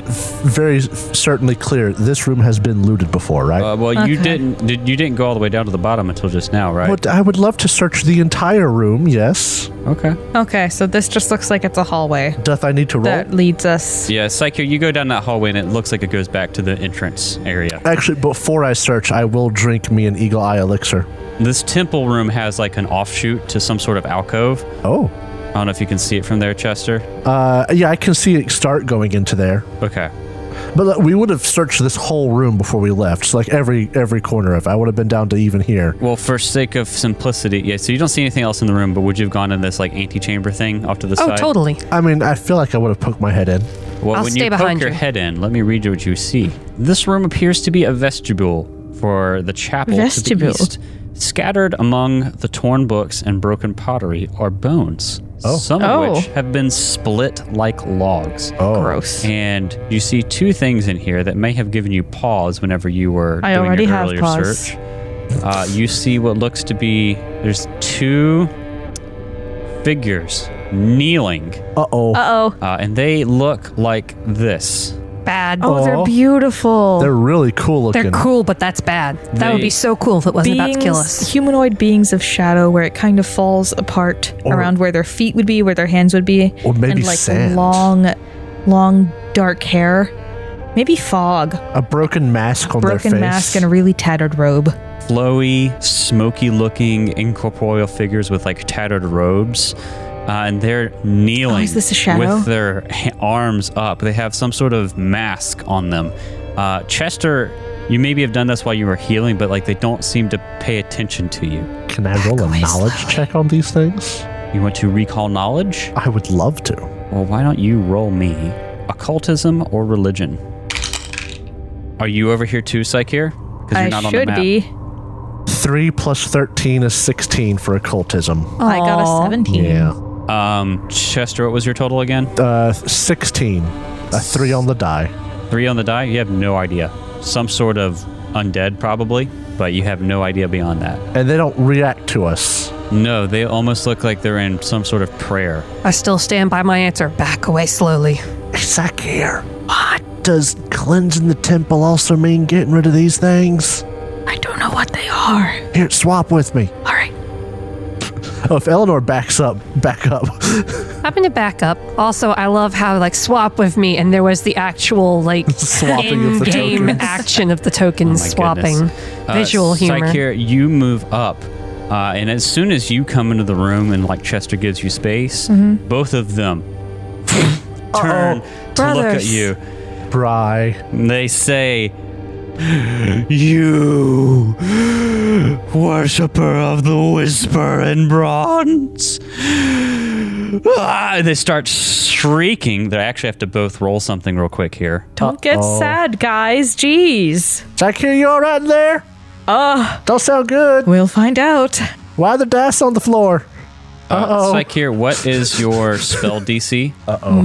Speaker 2: very certainly clear this room has been looted before, right?
Speaker 4: Uh, well, you didn't. Did, you didn't go all the way down to the bottom until just now, right?
Speaker 2: But I would love to search the entire room, yes.
Speaker 4: Okay.
Speaker 3: Okay, so this just looks like it's a hallway
Speaker 2: Doth I need to roll?
Speaker 3: that leads us.
Speaker 4: Yeah, Psycho, you go down that hallway and it looks like it goes back to the entrance area.
Speaker 2: Actually, before I search, I will drink me an eagle eye elixir.
Speaker 4: This temple room has like an offshoot to some sort of alcove.
Speaker 2: Oh.
Speaker 4: I don't know if you can see it from there, Chester.
Speaker 2: Uh, yeah, I can see it start going into there.
Speaker 4: Okay.
Speaker 2: But like, we would have searched this whole room before we left, so like every every corner of it. I would have been down to even here.
Speaker 4: Well, for sake of simplicity, yeah. So you don't see anything else in the room, but would you have gone in this like antechamber thing off to the
Speaker 5: Oh,
Speaker 4: side?
Speaker 5: totally.
Speaker 2: I mean, I feel like I would have poked my head in.
Speaker 4: Well,
Speaker 5: I'll
Speaker 4: when
Speaker 5: stay
Speaker 4: you poke
Speaker 5: behind
Speaker 4: your
Speaker 5: you.
Speaker 4: head in, let me read you what you see. This room appears to be a vestibule for the chapel
Speaker 3: Vestibule?
Speaker 4: to the east. Scattered among the torn books and broken pottery are bones, some of
Speaker 3: Oh.
Speaker 4: which have been split like logs.
Speaker 2: Oh,
Speaker 3: Gross.
Speaker 4: And you see two things in here that may have given you pause whenever you were
Speaker 3: I
Speaker 4: doing
Speaker 3: already
Speaker 4: your
Speaker 3: have
Speaker 4: earlier
Speaker 3: pause.
Speaker 4: search. Uh, you see what looks to be there's two figures kneeling,
Speaker 2: Uh oh.
Speaker 3: Uh oh.
Speaker 4: uh, and they look like this.
Speaker 5: Bad.
Speaker 3: Oh,
Speaker 2: Aw.
Speaker 3: they're beautiful.
Speaker 2: They're really cool looking.
Speaker 5: They're cool, but that's bad. That would
Speaker 4: They-
Speaker 5: be so cool if it wasn't about to kill
Speaker 3: beings,
Speaker 5: us.
Speaker 3: humanoid beings of shadow, where it kind of falls apart around where their feet would be, where their hands would be,
Speaker 2: Or maybe
Speaker 3: and like
Speaker 2: sand.
Speaker 3: long, long dark hair, maybe fog,
Speaker 2: A broken mask on their
Speaker 3: broken
Speaker 2: face.
Speaker 3: mask, and a really tattered robe.
Speaker 4: flowy, smoky looking incorporeal figures with like tattered robes. Uh, and they're kneeling
Speaker 3: Oh, is this a shadow?
Speaker 4: with their ha- arms up. They have some sort of mask on them. Uh, Chester, you maybe have done this while you were healing, but like they don't seem to pay attention to you.
Speaker 2: Can I roll a knowledge check on these things?
Speaker 4: You want to recall knowledge?
Speaker 2: I would love to.
Speaker 4: Well, why don't you roll me occultism or religion? Are you over here too, Psycheer? Because
Speaker 3: I should be.
Speaker 2: Three plus thirteen is sixteen for occultism.
Speaker 3: I got
Speaker 5: Aw.
Speaker 3: a seventeen.
Speaker 2: Yeah.
Speaker 4: Um, Chester, what was your total again?
Speaker 2: Uh, sixteen. A three on the die.
Speaker 4: Three on the die? You have no idea. Some sort of undead, probably, but you have no idea beyond that.
Speaker 2: And they don't react to us.
Speaker 4: No, they almost look like they're in some sort of prayer.
Speaker 5: I still stand by my answer. Back away slowly.
Speaker 2: Sakir, what does cleansing the temple also mean getting rid of these things?
Speaker 3: I don't know what they are.
Speaker 2: Here, swap with me.
Speaker 3: All right.
Speaker 2: Oh, if Eleanor backs up, back up.
Speaker 5: I'm gonna back up. Also, I love how like swap with me, and there was the actual like
Speaker 2: Swapping of the
Speaker 5: in-game
Speaker 2: tokens.
Speaker 5: action of the tokens
Speaker 4: Oh My
Speaker 5: swapping.
Speaker 4: goodness. Uh,
Speaker 5: Visual humor.
Speaker 4: Saikir, you move up. Uh, and as soon as you come into the room and like Chester gives you space,
Speaker 5: Mm-hmm.
Speaker 4: both of them turn to look at
Speaker 5: Brothers.
Speaker 4: you.
Speaker 2: Bry.
Speaker 4: They say, You, worshipper of the whisper in bronze. Ah, they start shrieking. They actually have to both roll something real quick here.
Speaker 3: Don't get sad, guys. Jeez.
Speaker 2: Did I hear you all right in there? Uh, don't sound good.
Speaker 3: We'll find out.
Speaker 2: Why the dice on the floor?
Speaker 4: Uh, Psych here, what is your spell DC?
Speaker 2: Ooh,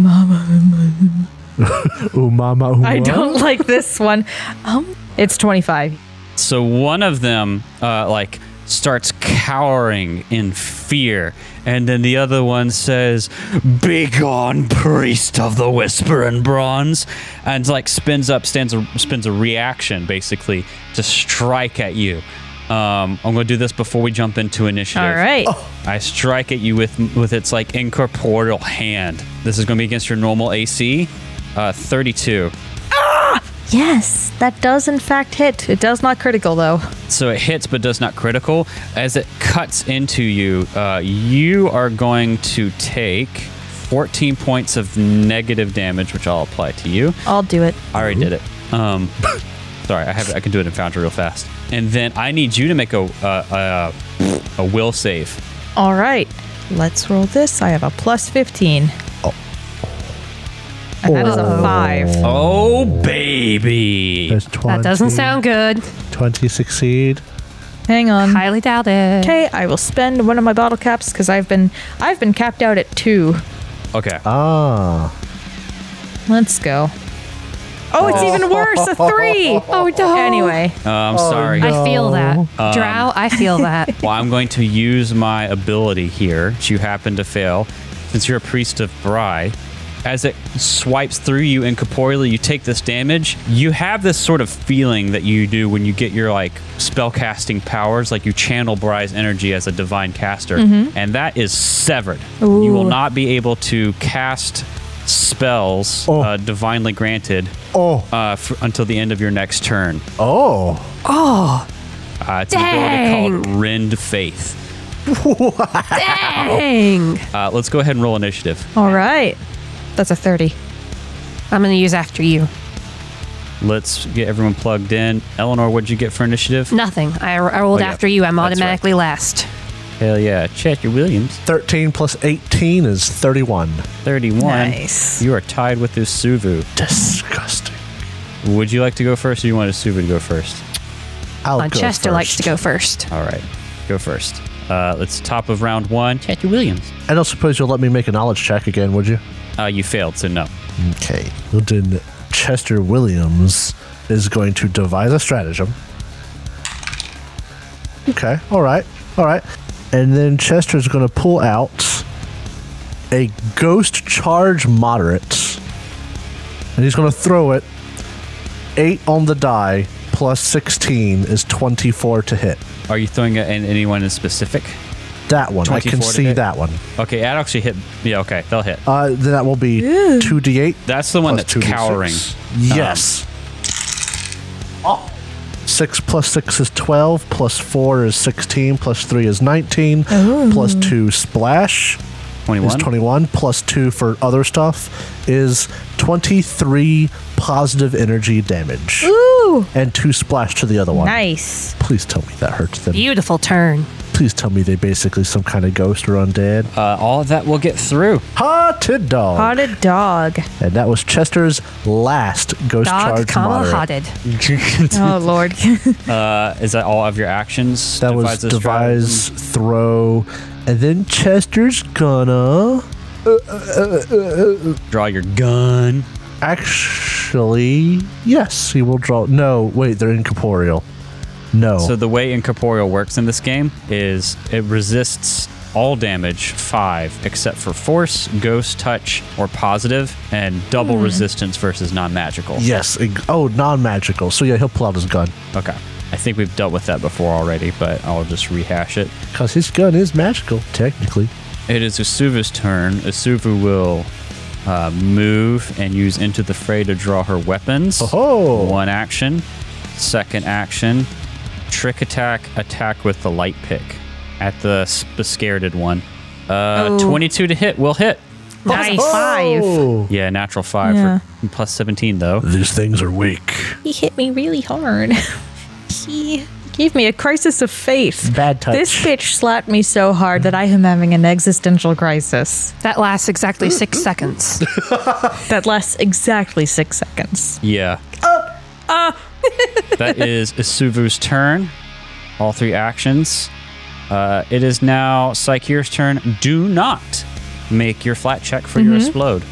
Speaker 2: mama, ooh, mama.
Speaker 3: I don't like this one. Um, it's 25.
Speaker 4: So one of them, uh, like, starts cowering in fear, and then the other one says, "Begone, priest of the whisper and bronze," and like spins up, stands, a, spins a reaction basically to strike at you. Um, I'm going to do this before we jump into initiative.
Speaker 3: All right.
Speaker 4: I strike at you with with its like incorporeal hand. This is going to be against your normal AC, uh, 32.
Speaker 3: Yes, that does in fact hit. It does not critical though.
Speaker 4: so it hits but does not critical. As it cuts into you, uh, you are going to take 14 points of negative damage, which I'll apply to you.
Speaker 3: I'll do it.
Speaker 4: I already did it. Um, sorry, I have I can do it in Foundry real fast. And then I need you to make a uh, a, a will save.
Speaker 3: All right. Let's roll this. I have a plus 15.
Speaker 2: Oh.
Speaker 3: And that is a 5.
Speaker 4: Oh baby!
Speaker 2: There's 20,
Speaker 5: That doesn't sound good.
Speaker 2: 20 succeed.
Speaker 3: Hang on.
Speaker 5: Highly doubt it.
Speaker 3: Okay, I will spend one of my bottle caps cuz I've been I've been capped out at 2.
Speaker 4: Okay. Um,
Speaker 2: Ah.
Speaker 3: Let's go. Oh, it's even worse. A 3.
Speaker 5: Oh no.
Speaker 3: Anyway,
Speaker 4: Uh, I'm sorry.
Speaker 5: I feel that. Drow, I feel that.
Speaker 4: Well, I'm going to use my ability here, which you happen to fail, since you're a priest of Bry. As it swipes through you incorporeally, you take this damage. You have this sort of feeling that you do when you get your like spellcasting powers, like you channel Bry's energy as a divine caster, and that is severed. You will not be able to cast spells
Speaker 2: Oh.
Speaker 4: uh, divinely granted
Speaker 2: Oh.
Speaker 4: uh, f- until the end of your next turn.
Speaker 2: Oh.
Speaker 4: Uh, it's an ability called Rend Faith.
Speaker 5: Dang.
Speaker 4: Uh, let's go ahead and roll initiative.
Speaker 3: all right. That's a 30.
Speaker 5: I'm gonna use after you.
Speaker 4: Let's get everyone plugged in. Eleanor, what'd you get for initiative?
Speaker 5: Nothing. I, I rolled
Speaker 4: Oh, yeah.
Speaker 5: after you. I'm
Speaker 4: That's
Speaker 5: automatically last.
Speaker 4: Hell yeah. Chester Williams,
Speaker 2: 13 plus 18 is 31.
Speaker 4: 31.
Speaker 3: Nice.
Speaker 4: You are tied with Usuvu.
Speaker 2: Disgusting.
Speaker 4: Would you like to go first or do you want Usuvu to go first?
Speaker 2: I'll go
Speaker 5: Uh, Chester likes to
Speaker 2: first.
Speaker 5: go first.
Speaker 4: All right. Go first. Uh, it's top of round one. Chester Williams.
Speaker 2: I don't suppose you'll let me make a knowledge check again, would you?
Speaker 4: Uh, you failed, so no.
Speaker 2: Okay. Well, then Chester Williams is going to devise a stratagem. Okay. All right. All right. And then Chester's going to pull out a ghost charge moderate. And he's going to throw it. Eight on the die plus 16 is 24 to hit.
Speaker 4: Are you throwing at an- anyone in specific?
Speaker 2: That one. I can
Speaker 4: 24 to
Speaker 2: see
Speaker 4: hit.
Speaker 2: that one.
Speaker 4: Okay, that actually hit. Yeah, okay, they'll hit.
Speaker 2: Uh, then that will be 2d8.
Speaker 4: That's the one
Speaker 2: plus
Speaker 4: that's
Speaker 2: 2d6.
Speaker 4: cowering. Um.
Speaker 2: Yes. oh. 6 plus 6 is 12, plus 4 is 16, plus 3 is 19, plus
Speaker 3: Oh.
Speaker 2: 2 splash
Speaker 4: 21.
Speaker 2: is 21, plus 2 for other stuff is 23 positive energy damage.
Speaker 3: Ooh,
Speaker 2: And 2 splash to the other one.
Speaker 3: nice.
Speaker 2: Please tell me that hurts them.
Speaker 5: Beautiful turn.
Speaker 2: Please tell me they basically some kind of ghost or undead.
Speaker 4: Uh, all of that will get through.
Speaker 2: Hotted dog.
Speaker 3: Potted dog.
Speaker 2: And that was Chester's last ghost
Speaker 5: Dog,
Speaker 2: charge
Speaker 5: comma,
Speaker 2: moderate.
Speaker 5: hotted.
Speaker 3: Oh lord.
Speaker 4: Uh, is that all of your actions?
Speaker 2: That was
Speaker 4: a strat-
Speaker 2: devise, throw, and then Chester's gonna
Speaker 4: Draw your gun.
Speaker 2: actually yes, he will draw. No, wait, they're incorporeal. No,
Speaker 4: So the way incorporeal works in this game is it resists all damage five except for force, ghost touch, or positive, and double
Speaker 3: Hmm.
Speaker 4: resistance versus non-magical.
Speaker 2: yes. ig- oh, non-magical. So yeah, he'll pull out his gun
Speaker 4: Okay. I think we've dealt with that before already, but I'll just rehash it.
Speaker 2: because his gun is magical technically.
Speaker 4: It is Usuva's turn. Usuva will uh, move and use into the fray to draw her weapons.
Speaker 2: Ho-ho!
Speaker 4: One action. Second action. Trick attack. Attack with the light pick at the s- bescareded one. Uh, 22 to hit. Will hit.
Speaker 3: Nice. Five.
Speaker 2: Oh,
Speaker 4: Yeah, natural five
Speaker 3: Yeah.
Speaker 4: for plus 17, though.
Speaker 2: these things are weak.
Speaker 3: He hit me really hard. he gave me a crisis of faith.
Speaker 2: Bad touch.
Speaker 3: This bitch slapped me so hard that I am having an existential crisis
Speaker 5: That lasts exactly six seconds.
Speaker 3: that lasts exactly six seconds.
Speaker 4: Yeah. Uh, that is Isuvu's turn. All three actions. Uh, it is now Psycheer's turn. Do not make your flat check for your explode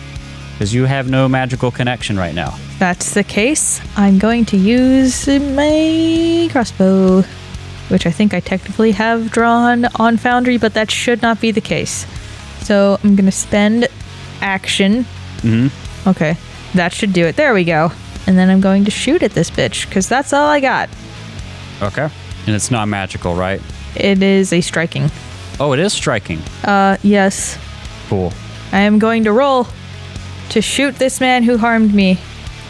Speaker 4: because you have no magical connection right now.
Speaker 3: If that's the case, I'm going to use my crossbow, which I think I technically have drawn on Foundry, but that should not be the case. So I'm going to spend action. Mm-hmm. Okay, that should do it. There we go. And then I'm going to shoot at this bitch because that's all I got.
Speaker 4: Okay. And it's not magical, right?
Speaker 3: It is a striking.
Speaker 4: Oh, it is striking.
Speaker 3: Uh, yes,
Speaker 4: Cool.
Speaker 3: I am going to roll to shoot this man who harmed me.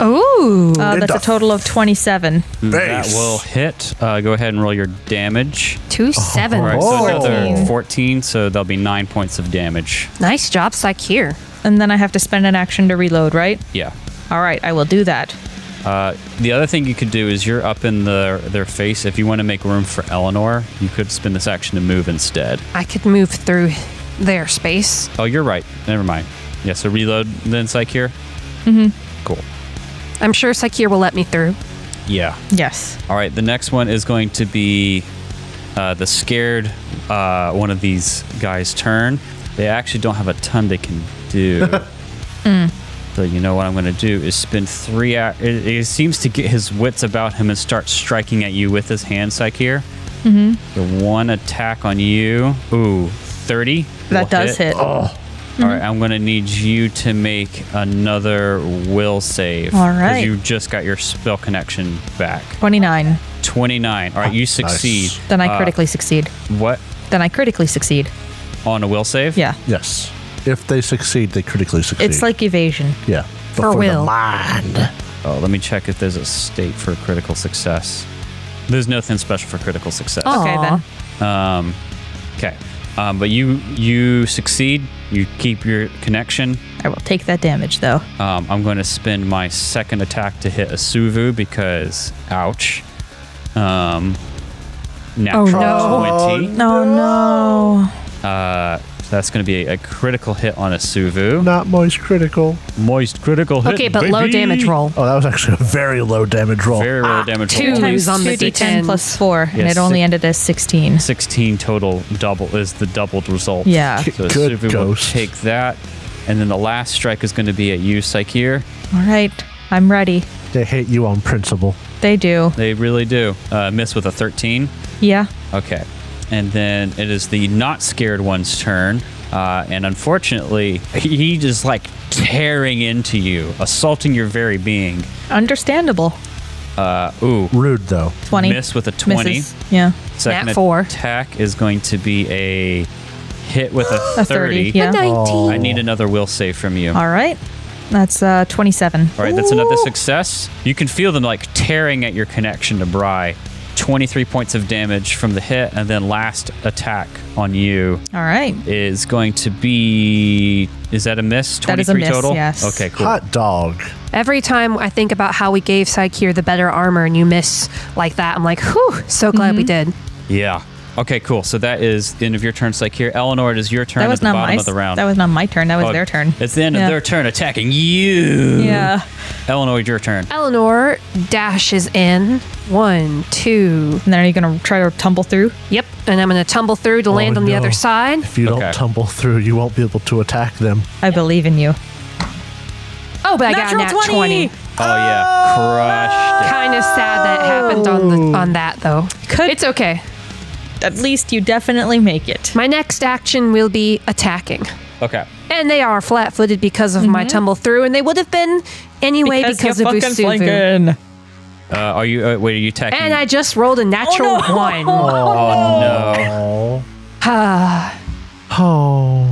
Speaker 5: Ooh.
Speaker 3: Uh,
Speaker 2: It
Speaker 3: that's a
Speaker 2: does.
Speaker 3: total of 27.
Speaker 4: That
Speaker 2: Base.
Speaker 4: will hit. Uh, go ahead and roll your damage.
Speaker 5: Two sevens.
Speaker 4: All right, so another
Speaker 3: 14.
Speaker 4: 14, so there'll be nine points of damage.
Speaker 5: Nice job, Psycheer.
Speaker 3: And then I have to spend an action to reload, right?
Speaker 4: Yeah.
Speaker 3: All right, I will do that.
Speaker 4: Uh, the other thing you could do is you're up in the, their face. If you want to make room for Eleanor, you could spend this action to move instead.
Speaker 5: I could move through their space.
Speaker 4: Oh, you're right. Never mind. Yeah, so reload then, Psyche here. Mm-hmm. Cool.
Speaker 5: I'm sure Psycheer will let me through.
Speaker 4: Yeah.
Speaker 3: Yes.
Speaker 4: All right, the next one is going to be uh, the scared uh, one of these guys' turn. They actually don't have a ton they can do.
Speaker 3: Mm.
Speaker 4: So you know what I'm going to do is spend three. Ac- it, it seems to get his wits about him and start striking at you with his hand, Psyche. here.
Speaker 3: Mm-hmm.
Speaker 4: The one attack on you. Ooh, 30.
Speaker 3: That
Speaker 4: will
Speaker 3: does hit.
Speaker 4: All right, I'm going to need you to make another will save.
Speaker 3: All
Speaker 4: 'cause
Speaker 3: right.
Speaker 4: You just got your spell connection back.
Speaker 3: 29.
Speaker 4: 29. All right, you succeed.
Speaker 3: Then I
Speaker 4: Uh,
Speaker 3: critically succeed.
Speaker 4: What?
Speaker 3: Then I critically succeed.
Speaker 4: On a will save?
Speaker 3: Yeah.
Speaker 2: Yes. If they succeed, they critically succeed.
Speaker 3: It's like evasion.
Speaker 2: yeah.
Speaker 5: For will.
Speaker 4: Oh, let me check if there's a state for critical success. There's nothing special for critical success.
Speaker 5: Oh.
Speaker 3: Okay,
Speaker 5: Aw.
Speaker 3: then.
Speaker 4: Um, okay. Um, but you you succeed. You keep your connection.
Speaker 3: I will take that damage, though.
Speaker 4: Um, I'm going to spend my second attack to hit Asuvu because, ouch. Um, natural
Speaker 5: Oh, no.
Speaker 4: 20.
Speaker 3: No, no.
Speaker 4: Uh, that's going to be a, a critical hit on Asuvu.
Speaker 2: Not moist critical.
Speaker 4: Moist critical hit.
Speaker 5: Okay, but low
Speaker 4: baby.
Speaker 5: damage roll.
Speaker 2: Oh, that was actually a very low damage roll.
Speaker 4: Very low damage
Speaker 5: two.
Speaker 4: roll.
Speaker 5: Who's on the
Speaker 3: 2d10
Speaker 5: D10?
Speaker 3: plus 4, and
Speaker 4: Yes.
Speaker 3: it only ended as 16.
Speaker 4: 16 total double is the doubled result.
Speaker 3: Yeah.
Speaker 4: So
Speaker 2: Good
Speaker 4: Suvu will
Speaker 2: ghost.
Speaker 4: take that. And then the last strike is going to be at you, Psycheer.
Speaker 3: All right, I'm ready.
Speaker 2: They hate you on principle.
Speaker 3: They do.
Speaker 4: They really do. Uh, miss with a 13.
Speaker 3: Yeah.
Speaker 4: Okay. And then it is the not scared one's turn. Uh, and unfortunately, he just like tearing into you, assaulting your very being.
Speaker 3: Understandable.
Speaker 4: Uh, ooh.
Speaker 2: Rude though.
Speaker 3: 20.
Speaker 4: Miss with a 20.
Speaker 3: Misses. Yeah.
Speaker 4: Second
Speaker 5: Nat four.
Speaker 4: attack is going to be a hit with a 30.
Speaker 3: A 30. Yeah.
Speaker 5: 19.
Speaker 4: I need another will save from you.
Speaker 3: All right. That's uh, 27.
Speaker 4: All right, that's another
Speaker 5: Ooh.
Speaker 4: success. You can feel them like tearing at your connection to Bry. 23 points of damage from the hit, and then last attack on you
Speaker 3: All right.
Speaker 4: is going to be. Is that a miss? 23
Speaker 3: That is a miss,
Speaker 4: total?
Speaker 3: yes.
Speaker 4: Okay, cool.
Speaker 2: Hot dog.
Speaker 5: Every time I think about how we gave Psycheer the better armor and you miss like that, I'm like, whew, so glad we
Speaker 3: Mm-hmm.
Speaker 5: did.
Speaker 4: Yeah. Okay, cool. So that is the end of your turn, Psyche. Eleanor, it is your turn
Speaker 3: That
Speaker 4: at
Speaker 3: was
Speaker 4: the
Speaker 3: not
Speaker 4: bottom
Speaker 3: my
Speaker 4: of the round.
Speaker 3: that was not my turn. That was
Speaker 4: Oh,
Speaker 3: their turn.
Speaker 4: It's the end
Speaker 3: Yeah.
Speaker 4: of their turn attacking you.
Speaker 3: Yeah.
Speaker 4: Eleanor, your turn.
Speaker 5: Eleanor dashes in. One, two.
Speaker 3: And then are you going to try to tumble through?
Speaker 5: Yep. And I'm going to tumble through to land on the
Speaker 2: no.
Speaker 5: other side.
Speaker 2: If you
Speaker 4: Okay.
Speaker 2: don't tumble through, you won't be able to attack them.
Speaker 3: I believe in you.
Speaker 5: Oh, but I
Speaker 3: Natural
Speaker 5: got a nat 20.
Speaker 4: Oh, yeah. Crushed.
Speaker 5: Kind of sad that happened on the on that though.
Speaker 3: Could-
Speaker 5: It's okay.
Speaker 3: At least you definitely make it.
Speaker 5: My next action will be attacking.
Speaker 4: it. Okay.
Speaker 5: And they are flat footed because of
Speaker 3: Mm-hmm.
Speaker 5: my tumble through, and they would have been anyway because, of Usuvu.
Speaker 4: Uh, are you? Uh, wait, are you attacking?
Speaker 5: And I just rolled a natural
Speaker 3: Oh, no.
Speaker 5: one.
Speaker 4: no.
Speaker 2: Oh.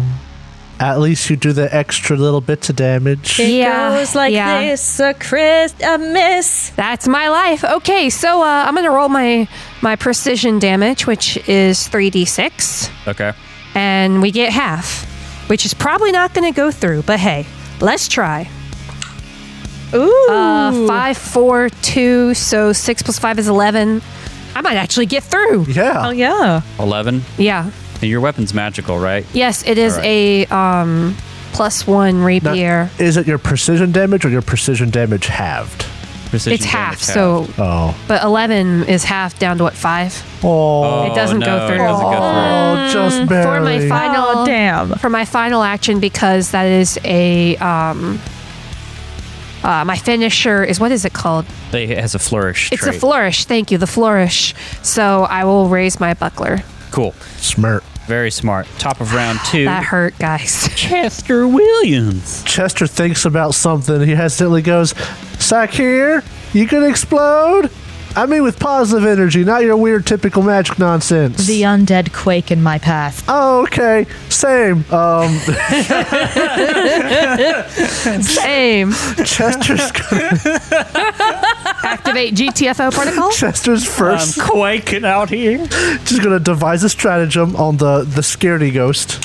Speaker 2: At least you do the extra little bits of damage.
Speaker 3: It
Speaker 5: Yeah,
Speaker 3: goes like
Speaker 5: yeah.
Speaker 3: this, a Chris, a miss.
Speaker 5: That's my life. Okay, so uh, I'm gonna roll my my precision damage, which is three d six,
Speaker 4: Okay.
Speaker 5: and we get half. which is probably not going to go through, but hey, let's try.
Speaker 3: Ooh.
Speaker 5: Uh, five, four, two, so six plus five is 11. I might actually get through.
Speaker 3: oh,
Speaker 2: Yeah.
Speaker 3: yeah.
Speaker 4: 11.
Speaker 5: Yeah.
Speaker 4: And your weapon's magical, right?
Speaker 5: Yes, it is
Speaker 4: All right.
Speaker 5: a um, plus one
Speaker 2: Now,
Speaker 5: rapier.
Speaker 2: Is it your precision damage or your precision damage halved?
Speaker 4: Precision
Speaker 5: It's half,
Speaker 4: damage
Speaker 5: so
Speaker 2: Oh.
Speaker 5: but eleven is half down to what five?
Speaker 2: Oh.
Speaker 4: Oh,
Speaker 5: it doesn't go
Speaker 4: no,
Speaker 5: through.
Speaker 4: It doesn't go through.
Speaker 2: Oh, just barely.
Speaker 5: Um, For my final
Speaker 3: Oh, damn.
Speaker 5: for my final action because that is a um, uh, my finisher is what is it called?
Speaker 4: They, it has a flourish.
Speaker 5: It's
Speaker 4: trait.
Speaker 5: a flourish. Thank you, the flourish. So I will raise my buckler.
Speaker 4: Cool.
Speaker 2: Smirk.
Speaker 4: Very smart. Top of round two.
Speaker 5: That hurt, guys.
Speaker 4: Chester Williams.
Speaker 2: Chester thinks about something. He hesitantly goes, Sakir, you gonna explode? I mean, with positive energy, not your weird typical magic nonsense.
Speaker 3: The undead quake in my path.
Speaker 2: oh, okay. Same. Um,
Speaker 5: Same.
Speaker 2: Chester's
Speaker 5: Activate GTFO protocol.
Speaker 2: Chester's first.
Speaker 3: Um,
Speaker 4: quaking out here.
Speaker 2: just gonna devise a stratagem on the the scaredy ghost.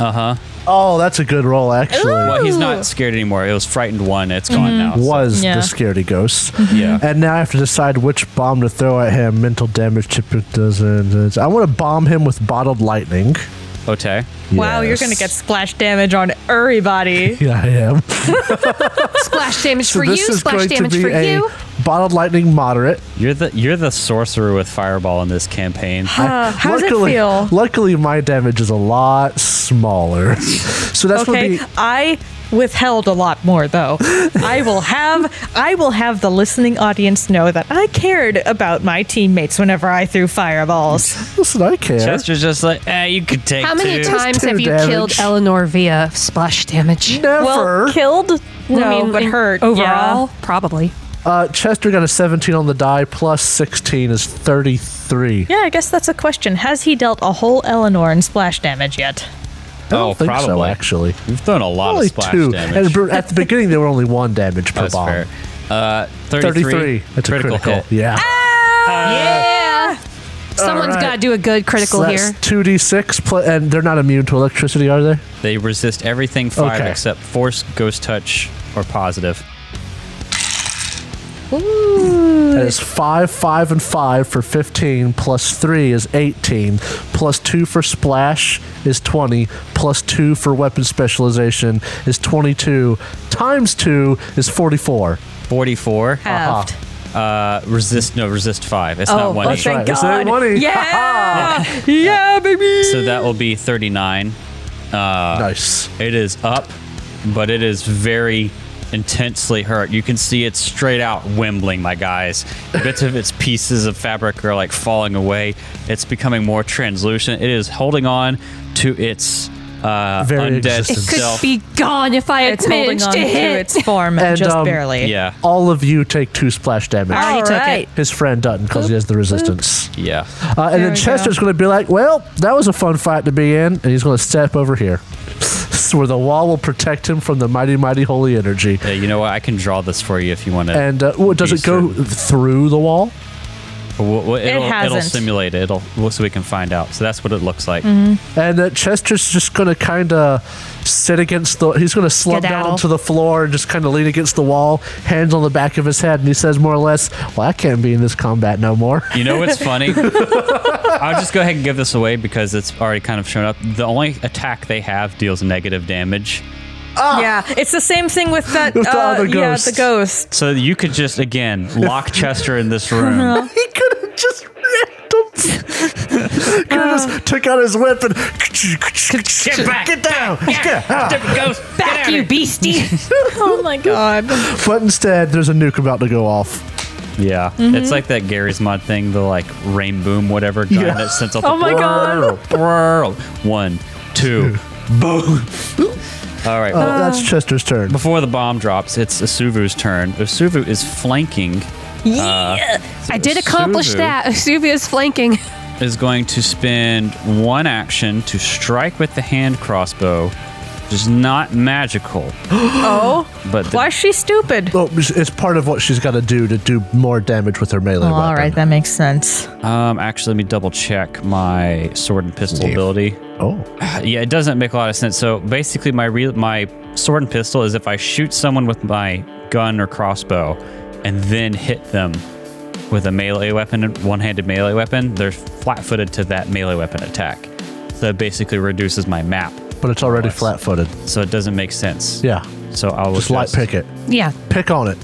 Speaker 4: Uh huh.
Speaker 2: Oh, that's a good roll, actually.
Speaker 4: Well, he's not scared anymore. It was frightened one. It's gone
Speaker 5: Mm-hmm.
Speaker 4: now. so-
Speaker 2: Was
Speaker 3: Yeah. Mm-hmm.
Speaker 2: the scaredy ghost?
Speaker 4: Yeah.
Speaker 2: And now I have to decide which bomb to throw at him. Mental damage chip it doesn't. I want to bomb him with bottled lightning.
Speaker 4: Okay.
Speaker 3: Wow, you're
Speaker 2: Yes.
Speaker 3: going to get splash damage on everybody.
Speaker 2: Yeah, I am.
Speaker 5: Splash damage
Speaker 2: So
Speaker 5: for you.
Speaker 2: this is
Speaker 5: Splash
Speaker 2: going to
Speaker 5: damage
Speaker 2: be
Speaker 5: for
Speaker 2: a
Speaker 5: you.
Speaker 2: bottled lightning moderate.
Speaker 4: You're the you're the sorcerer with fireball in this campaign.
Speaker 3: Uh, how does it feel?
Speaker 2: Luckily, my damage is a lot smaller. so that's
Speaker 3: Okay,
Speaker 2: going to be.
Speaker 3: I withheld a lot more though. I will have I will have the listening audience know that I cared about my teammates whenever I threw fireballs.
Speaker 2: Listen, I care.
Speaker 4: Chester's just like, eh, you could take
Speaker 5: How many
Speaker 4: two."
Speaker 5: times
Speaker 2: two
Speaker 5: have you killed
Speaker 2: damage.
Speaker 5: Eleanor via splash damage?
Speaker 2: Never.
Speaker 3: Well, killed? No, but
Speaker 5: in-
Speaker 3: hurt
Speaker 5: overall, probably.
Speaker 2: Uh, Chester got a 17 on the die, plus 16 is 33.
Speaker 3: Yeah. yeah, I guess that's a question. Has he dealt a whole Eleanor in splash damage yet?
Speaker 2: I don't
Speaker 4: Oh,
Speaker 2: think so,
Speaker 4: probably.
Speaker 2: actually.
Speaker 4: You've thrown a lot
Speaker 2: Only
Speaker 4: of splash
Speaker 2: two.
Speaker 4: damage.
Speaker 2: And br- at the beginning, they were only one damage per
Speaker 4: That's
Speaker 2: bomb.
Speaker 4: fair. Uh, 33.
Speaker 2: 33. That's
Speaker 4: critical,
Speaker 2: a critical.
Speaker 4: hit.
Speaker 2: Yeah.
Speaker 5: yeah. Someone's
Speaker 2: Alright.
Speaker 5: got to do a good critical
Speaker 2: So
Speaker 5: here.
Speaker 2: that's 2d6, pl- and they're not immune to electricity, are they?
Speaker 4: They resist everything fire
Speaker 2: Okay.
Speaker 4: except force, ghost touch, or positive.
Speaker 2: That is 5, 5, and 5 for 15, plus 3 is 18, plus 2 for splash is 20, plus 2 for weapon specialization is 22, times 2 is 44.
Speaker 4: 44.
Speaker 3: Halved.
Speaker 4: Uh, resist, no, resist five. It's
Speaker 3: Oh,
Speaker 4: not one
Speaker 3: well,
Speaker 4: eight.
Speaker 3: thank
Speaker 2: That's right. It's
Speaker 3: God.
Speaker 2: that money.
Speaker 3: Yeah, yeah, baby.
Speaker 4: So that will be 39.
Speaker 2: Ah. nice.
Speaker 4: It is up, but it is very intensely hurt. You can see it's straight out wimbling, my guys. Bits of its pieces of fabric are like falling away. It's becoming more translucent. It is holding on to its uh,
Speaker 2: Very
Speaker 4: undead
Speaker 5: It could
Speaker 4: self.
Speaker 5: be gone if I had
Speaker 3: It's holding
Speaker 5: managed
Speaker 3: on
Speaker 5: to
Speaker 3: to
Speaker 5: hit.
Speaker 3: its form
Speaker 2: And,
Speaker 3: just
Speaker 2: um,
Speaker 3: barely.
Speaker 4: yeah,
Speaker 2: All of you take 2 splash damage.
Speaker 5: Alright. already took it.
Speaker 2: His friend doesn't, because he has the resistance.
Speaker 4: yeah.
Speaker 2: Uh, and
Speaker 3: There
Speaker 2: then
Speaker 3: we
Speaker 2: Chester's going to be like, well, that was a fun fight to be in. And he's going to step over here. This is where the wall will protect him from the mighty, mighty holy energy.
Speaker 4: Yeah, you know what? I can draw this for you if you want to.
Speaker 2: And uh, well, does
Speaker 4: Be
Speaker 2: it go
Speaker 4: certain.
Speaker 2: through the wall?
Speaker 4: it'll, it'll
Speaker 3: hasn't.
Speaker 4: simulate it. It'll well, so we can find out. So that's what it looks like.
Speaker 5: Mm-hmm.
Speaker 2: And uh, Chester's just going to kind of sit against the. He's going to slump down
Speaker 5: Skedaddle.
Speaker 2: onto the floor and just kind of lean against the wall, hands on the back of his head. And he says, more or less, well, I can't be in this combat no more.
Speaker 4: You know what's funny? I'll just go ahead and give this away because it's already kind of shown up. The only attack they have deals negative damage.
Speaker 3: Yeah, it's the same thing with that.
Speaker 2: With the
Speaker 3: uh,
Speaker 2: other
Speaker 3: yeah,
Speaker 2: ghost.
Speaker 3: the ghost.
Speaker 4: So you could just again lock Chester in this
Speaker 5: Uh-huh.
Speaker 4: room.
Speaker 2: he could have just random. could have just took out his whip and. Get
Speaker 4: back.
Speaker 2: Get down! Get out.
Speaker 4: Ghost,
Speaker 5: Back you beastie.
Speaker 3: Oh my god.
Speaker 2: But instead, there's a nuke about to go off.
Speaker 4: Yeah,
Speaker 5: Mm-hmm.
Speaker 4: it's like that Gary's mod thing, the like rain boom whatever gun
Speaker 2: Yeah.
Speaker 4: that sends off.
Speaker 5: Oh my God.
Speaker 4: god! One, two, boom. All right.
Speaker 5: Uh.
Speaker 2: Oh, that's Chester's turn.
Speaker 4: Before the bomb drops, it's Asuvu's turn. Asuvu is flanking.
Speaker 5: I did accomplish
Speaker 4: Suvu.
Speaker 5: that. Suvia's flanking.
Speaker 4: Is going to spend one action to strike with the hand crossbow, is not magical,
Speaker 3: Oh,
Speaker 4: but the
Speaker 3: why is she stupid?
Speaker 2: Well, it's it's part of what she's got to do to do more damage with her melee
Speaker 3: Well,
Speaker 2: weapon.
Speaker 3: all right, that makes sense.
Speaker 4: Um, actually, let me double check my sword and pistol ability.
Speaker 2: Oh,
Speaker 4: Yeah, it doesn't make a lot of sense. So basically, my re- my sword and pistol is if I shoot someone with my gun or crossbow, and then hit them with a melee weapon, one-handed melee weapon, they're flat-footed to that melee weapon attack. So it basically reduces my map.
Speaker 2: but it's already flat-footed.
Speaker 4: So it doesn't make sense.
Speaker 2: Yeah,
Speaker 4: So I will
Speaker 2: just light pick it,
Speaker 5: Yeah.
Speaker 2: pick on it,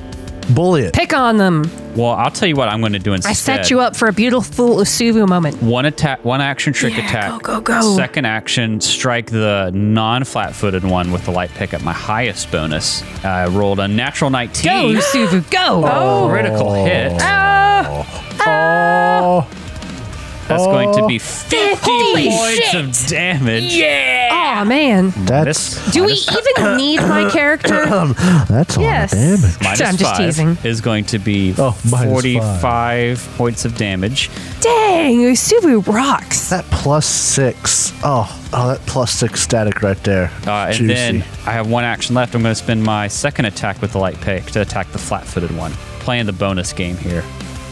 Speaker 2: bully it.
Speaker 5: Pick on them.
Speaker 4: Well, I'll tell you what I'm going to do instead.
Speaker 5: I set you up for a beautiful Usuvu moment.
Speaker 4: one attack, one action trick
Speaker 5: Yeah,
Speaker 4: attack.
Speaker 5: go, go, go.
Speaker 4: Second action, strike the non-flat-footed one with the light pick at my highest bonus. I rolled a natural 19.
Speaker 5: Go, Usuvu, go.
Speaker 4: Critical hit.
Speaker 2: Oh,
Speaker 4: That's going
Speaker 5: Oh.
Speaker 4: to be 50
Speaker 5: Holy
Speaker 4: points of damage.
Speaker 5: Aw, man.
Speaker 2: that's
Speaker 4: Miss-
Speaker 5: Do we
Speaker 4: minus-
Speaker 5: even need my character?
Speaker 2: that's a
Speaker 5: Yes.
Speaker 2: lot of damage.
Speaker 4: minus
Speaker 5: I'm just
Speaker 4: five
Speaker 5: teasing.
Speaker 4: Is going to be
Speaker 2: Oh, minus
Speaker 4: 45 points of damage.
Speaker 5: Dang, Usuvu rocks.
Speaker 2: That plus six. Oh, oh, that plus six static right there.
Speaker 4: Uh, and
Speaker 2: Juicy.
Speaker 4: then I have one action left. I'm going to spend my second attack with the light pick to attack the flat-footed one. Playing the bonus game here.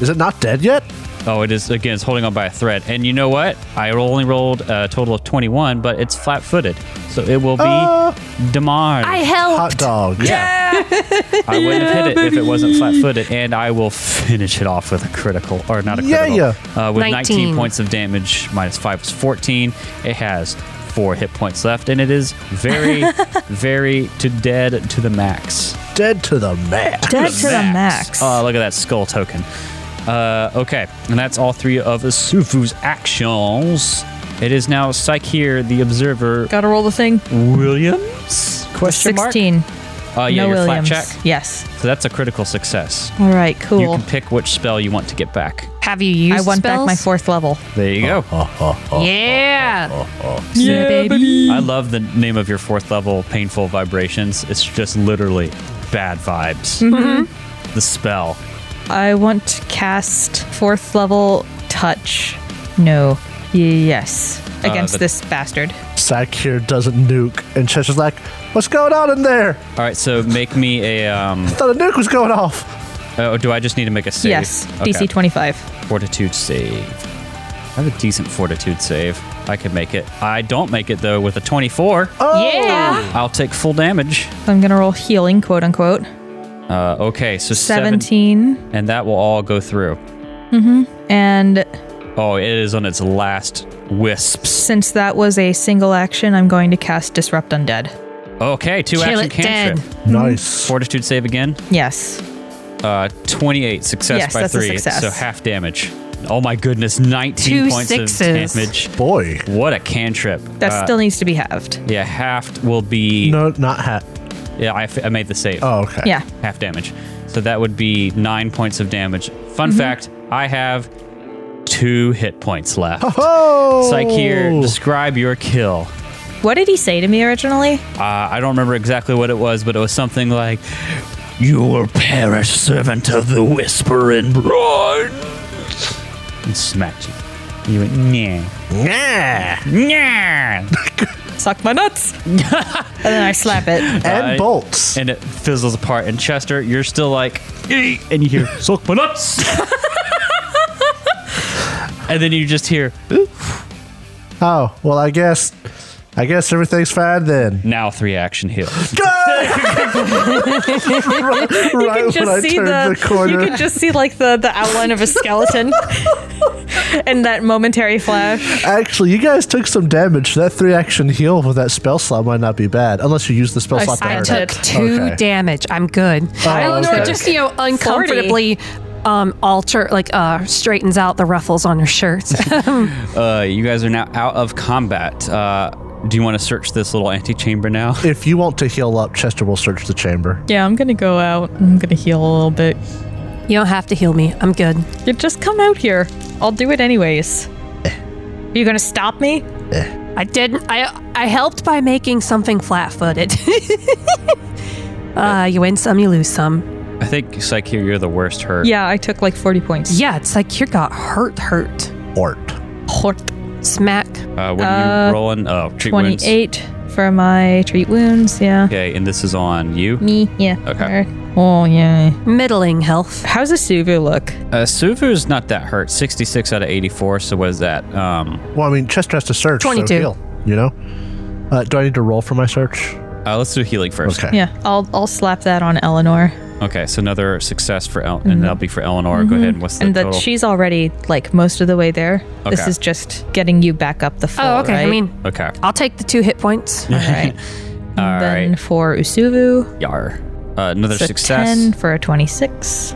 Speaker 2: is it not dead yet?
Speaker 4: Oh, it is again. It's holding on by a thread. And you know what? I only rolled a total of 21, but it's flat-footed, so it will be
Speaker 2: Uh,
Speaker 4: demarred.
Speaker 5: I
Speaker 2: Hot
Speaker 5: helped.
Speaker 2: dog.
Speaker 4: Yeah. I wouldn't have hit it if it wasn't flat footed, and I will finish it off with a critical, or not a
Speaker 2: Yeah,
Speaker 4: critical. Uh, with 19.
Speaker 5: 19
Speaker 4: points of damage, minus 5 is 14. It has 4 hit points left, and it is very, very to dead to the max.
Speaker 2: Dead to the max.
Speaker 3: Dead to the max.
Speaker 4: Oh, look at that skull token. Uh, okay, and that's all three of Sufu's actions. It is now Psyche, the Observer,
Speaker 3: Gotta roll the thing.
Speaker 4: Williams? Question
Speaker 3: Sixteen.
Speaker 4: mark. Uh, yeah,
Speaker 3: no
Speaker 4: your flat
Speaker 3: Williams.
Speaker 4: check.
Speaker 3: Yes.
Speaker 4: So that's a critical success.
Speaker 3: All right. Cool.
Speaker 4: You can pick which spell you want to get back.
Speaker 5: Have you used
Speaker 3: I won back my
Speaker 5: spells?
Speaker 3: fourth level.
Speaker 4: There you go.
Speaker 3: Uh-huh.
Speaker 5: Yeah.
Speaker 3: Yeah, baby.
Speaker 4: I love the name of your fourth level, Painful Vibrations. It's just literally bad vibes.
Speaker 3: Mm-hmm.
Speaker 4: The spell.
Speaker 3: I want to cast fourth level touch. No. Yes. Against
Speaker 4: Uh, the-
Speaker 3: this bastard.
Speaker 2: Sack here doesn't nuke, and Chester's like, "What's going on in there?
Speaker 4: All right, so make me a. Um,
Speaker 2: I thought a nuke was going off."
Speaker 4: oh, do I just need to make a save?
Speaker 3: Yes.
Speaker 4: Okay.
Speaker 3: DC twenty-five.
Speaker 4: Fortitude save. I have a decent fortitude save. I could make it. I don't make it though with a 24.
Speaker 3: Oh!
Speaker 5: Yeah.
Speaker 4: I'll take full damage.
Speaker 3: So I'm gonna roll healing, quote unquote.
Speaker 4: Uh, okay, so seven-
Speaker 3: Seventeen.
Speaker 4: and that will all go through.
Speaker 3: And
Speaker 4: Oh, it is on its last wisps.
Speaker 3: since that was a single action, I'm going to cast Disrupt Undead.
Speaker 4: Okay, two
Speaker 5: Kill
Speaker 4: action
Speaker 5: it dead.
Speaker 4: cantrip.
Speaker 2: Nice.
Speaker 4: Fortitude save again.
Speaker 3: Yes.
Speaker 4: Uh, 28 success
Speaker 3: Yes,
Speaker 4: by
Speaker 3: that's a
Speaker 4: three.
Speaker 3: success.
Speaker 4: So half damage. Oh my goodness, 19
Speaker 5: Two
Speaker 4: points
Speaker 5: sixes.
Speaker 4: of damage.
Speaker 2: Boy.
Speaker 4: What a cantrip.
Speaker 3: That
Speaker 4: Uh,
Speaker 3: still needs to be halved.
Speaker 4: yeah, half will be.
Speaker 2: No, not hat.
Speaker 4: Yeah, I, f- I made the save.
Speaker 2: Oh, okay.
Speaker 3: Yeah.
Speaker 4: Half damage. So that would be nine points of damage. Fun fact I have two hit points left.
Speaker 2: Oh.
Speaker 4: Psyche, describe your kill.
Speaker 3: What did he say to me originally?
Speaker 4: Uh, I don't remember exactly what it was, but it was something like, "You will perish, servant of the Whisper and Run." And smacked you. You went nah, nah, nah,
Speaker 3: Suck my nuts. and then I slap it.
Speaker 2: and
Speaker 4: Uh,
Speaker 2: bolts.
Speaker 4: and it fizzles apart. And Chester, you're still like, "Eh," and you hear "suck my nuts," and then you just hear
Speaker 2: oh, well, I guess, I guess everything's fine then.
Speaker 4: now three action heal.
Speaker 2: right
Speaker 3: You can just see the, you can just see like the, the outline of a skeleton in that momentary flash.
Speaker 2: Actually, you guys took some damage. That three action heal with that spell slot might not be bad, unless you use the spell
Speaker 3: I
Speaker 2: slot. to
Speaker 3: see.
Speaker 5: I
Speaker 2: hurt
Speaker 5: took
Speaker 2: it.
Speaker 5: two
Speaker 2: oh, Okay.
Speaker 5: damage. I'm good. Eleanor
Speaker 2: okay.
Speaker 5: just, you know, uncomfortably um, alter, like, uh, straightens out the ruffles on her shirt.
Speaker 4: Uh, you guys are now out of combat. Uh, do you want to search this little antechamber now?
Speaker 2: If you want to heal up, Chester will search the chamber.
Speaker 3: Yeah, I'm gonna go out. I'm gonna heal a little bit.
Speaker 5: you don't have to heal me. I'm good.
Speaker 3: You just come out here. I'll do it anyways. Are you gonna stop me?
Speaker 5: I didn't. I I helped by making something flat-footed. uh, you win some, you lose some.
Speaker 4: I think Psyche, you're the worst hurt.
Speaker 3: Yeah, I took like 40 points.
Speaker 5: Yeah, it's like you got hurt, hurt,
Speaker 2: Ort.
Speaker 3: Hort.
Speaker 5: smack.
Speaker 3: Uh,
Speaker 4: Uh, what are you rolling? Oh, treat wounds.
Speaker 3: 28 for my treat wounds. Yeah.
Speaker 4: Okay, and this is on you.
Speaker 3: Me. Yeah.
Speaker 4: Okay.
Speaker 3: Eric. Oh yeah.
Speaker 5: Middling health.
Speaker 3: How's a Suvu look?
Speaker 4: Uh, Suvu's not that hurt. 66 out of 84. So what is that? Um,
Speaker 2: Well, I mean, Chester has to search.
Speaker 5: 22.
Speaker 2: So heal, you know? Uh, do I need to roll for my search?
Speaker 4: uh, let's do healing first.
Speaker 2: Okay.
Speaker 3: Yeah. I'll I'll slap that on Eleanor,
Speaker 4: Okay, so another success for El- and that'll be for Eleanor. Go ahead and what's the
Speaker 3: Mm-hmm. and that
Speaker 4: total?
Speaker 3: she's already like most of the way there. This
Speaker 4: Okay.
Speaker 3: is just getting you back up the full.
Speaker 5: Oh, okay. I
Speaker 3: right?
Speaker 5: mean,
Speaker 4: okay.
Speaker 5: I'll take the two hit points.
Speaker 3: all right.
Speaker 4: All
Speaker 3: then
Speaker 4: right.
Speaker 3: for Usuvu,
Speaker 4: Yar. Uh, another
Speaker 3: it's a
Speaker 4: success.
Speaker 3: ten for a twenty-six.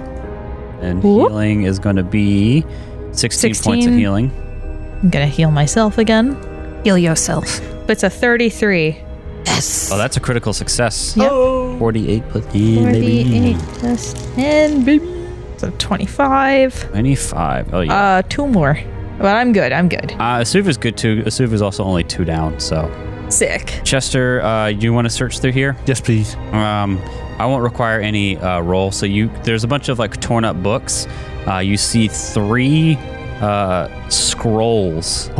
Speaker 4: And
Speaker 3: Whoop.
Speaker 4: healing is going to be 16, points of
Speaker 3: 16.
Speaker 4: healing.
Speaker 3: I'm gonna heal myself again.
Speaker 5: Heal yourself.
Speaker 3: But it's a thirty-three.
Speaker 5: Yes.
Speaker 4: Oh, that's a critical success.
Speaker 3: Yep.
Speaker 4: 48 plus 10, baby.
Speaker 3: 48 plus 10, baby. So 25.
Speaker 4: 25. Oh, yeah. Uh,
Speaker 3: Uh, two more. But I'm good. I'm good.
Speaker 4: Asuva's good too. Asuva's also only two down, so.
Speaker 3: Sick.
Speaker 4: Chester, uh, you want to search through here?
Speaker 2: Yes, please.
Speaker 4: Um, I won't require any uh, roll. So you, there's a bunch of like torn up books. Uh, you see three uh, scrolls,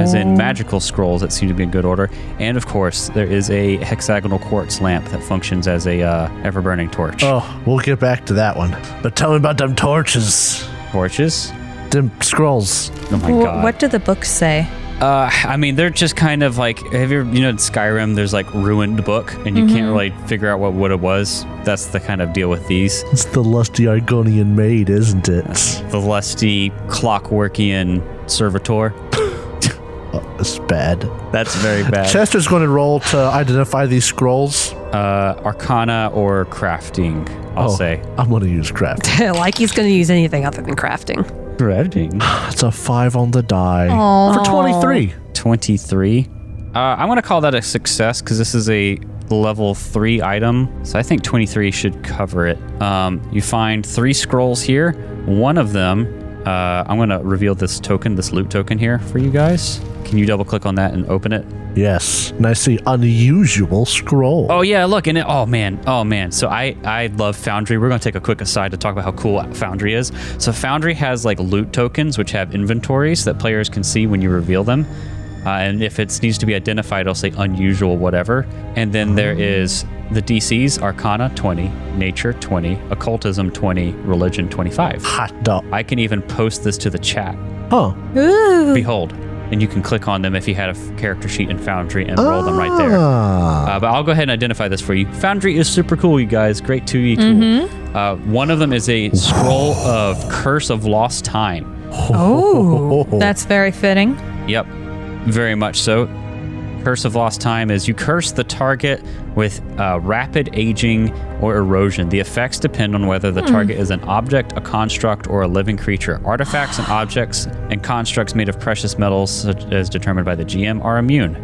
Speaker 4: as in magical scrolls that seem to be in good order. And of course, there is a hexagonal quartz lamp that functions as a uh, ever-burning torch.
Speaker 2: Oh, we'll get back to that one. But tell me about them torches,
Speaker 4: Torches.
Speaker 2: them scrolls.
Speaker 4: Oh my god.
Speaker 3: what do the books say?
Speaker 4: Uh, I mean, they're just kind of like have you ever, you know in Skyrim? There's like ruined book, and you can't really figure out what what it was. That's the kind of deal with these.
Speaker 2: It's the lusty Argonian maid, isn't it?
Speaker 4: The lusty clockworkian servitor.
Speaker 2: Oh, it's bad.
Speaker 4: That's very bad.
Speaker 2: Chester's going to roll to identify these scrolls.
Speaker 4: uh, Arcana or crafting,
Speaker 2: Oh,
Speaker 4: I'll say.
Speaker 2: I'm going to use craft.
Speaker 5: like he's going to use anything other than crafting.
Speaker 4: Crafting.
Speaker 2: That's a five on the die for 23.
Speaker 4: 23. Uh, I'm going to call that a success because this is a level 3 item. So I think 23 should cover it. Um, you find three scrolls here. One of them, uh, I'm going to reveal this token, this loot token here for you guys. Can you double click on that and open it?
Speaker 2: Yes, and I see unusual scroll.
Speaker 4: Oh yeah, look and it. Oh man, oh man. So I I love Foundry. We're gonna take a quick aside to talk about how cool Foundry is. So Foundry has like loot tokens, which have inventories that players can see when you reveal them. Uh, and if it needs to be identified, I'll say unusual whatever. And then there is the DCs: Arcana 20, Nature 20, Occultism 20, Religion 25.
Speaker 2: Hot dog.
Speaker 4: I can even post this to the chat.
Speaker 2: Huh.
Speaker 4: Behold, and you can click on them if you had a f- character sheet in Foundry and roll them right there.
Speaker 2: Ah.
Speaker 4: Uh, but I'll go ahead and identify this for you. Foundry is super cool, you guys. Great 2D tool. Uh, one of them is a scroll of Curse of Lost Time.
Speaker 5: Oh.
Speaker 3: That's very fitting.
Speaker 4: Yep, very much so. Curse of Lost Time is you curse the target with uh, rapid aging or erosion. The effects depend on whether the target is an object, a construct, or a living creature. Artifacts and objects and constructs made of precious metals, such as determined by the GM, are immune.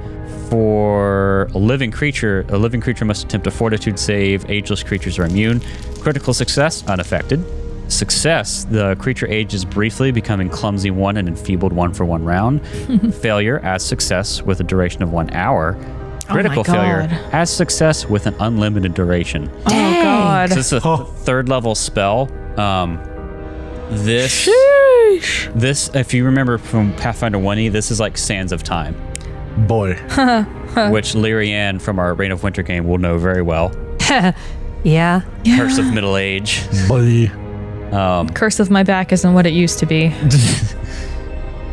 Speaker 4: For a living creature, a living creature must attempt a fortitude save. Ageless creatures are immune. Critical success, unaffected. Success, the creature ages briefly, becoming clumsy one and enfeebled one for one round. failure, as success, with a duration of one hour. Critical failure,
Speaker 3: God.
Speaker 4: as success, with an unlimited duration.
Speaker 3: Oh, God.
Speaker 4: So this is a third level spell. Um, this, this, if you remember from Pathfinder 1E, this is like Sands of Time
Speaker 2: Boy.
Speaker 4: which Lyrianne from our Reign of Winter game will know very well.
Speaker 5: yeah.
Speaker 4: Curse of Middle Age.
Speaker 2: Boy.
Speaker 3: Curse of my back isn't what it used to be.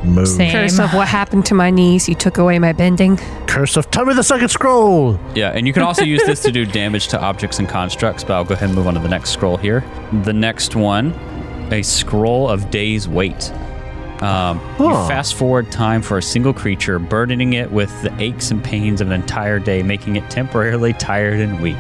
Speaker 2: Move.
Speaker 3: Same.
Speaker 5: Curse of what happened to my knees. You took away my bending.
Speaker 2: Curse of. Tell me the second scroll.
Speaker 4: Yeah, and you can also use this to do damage to objects and constructs, but I'll go ahead and move on to the next scroll here. The next one, a scroll of days wait. Um, You
Speaker 2: Huh.
Speaker 4: fast forward time for a single creature, burdening it with the aches and pains of an entire day, making it temporarily tired and weak.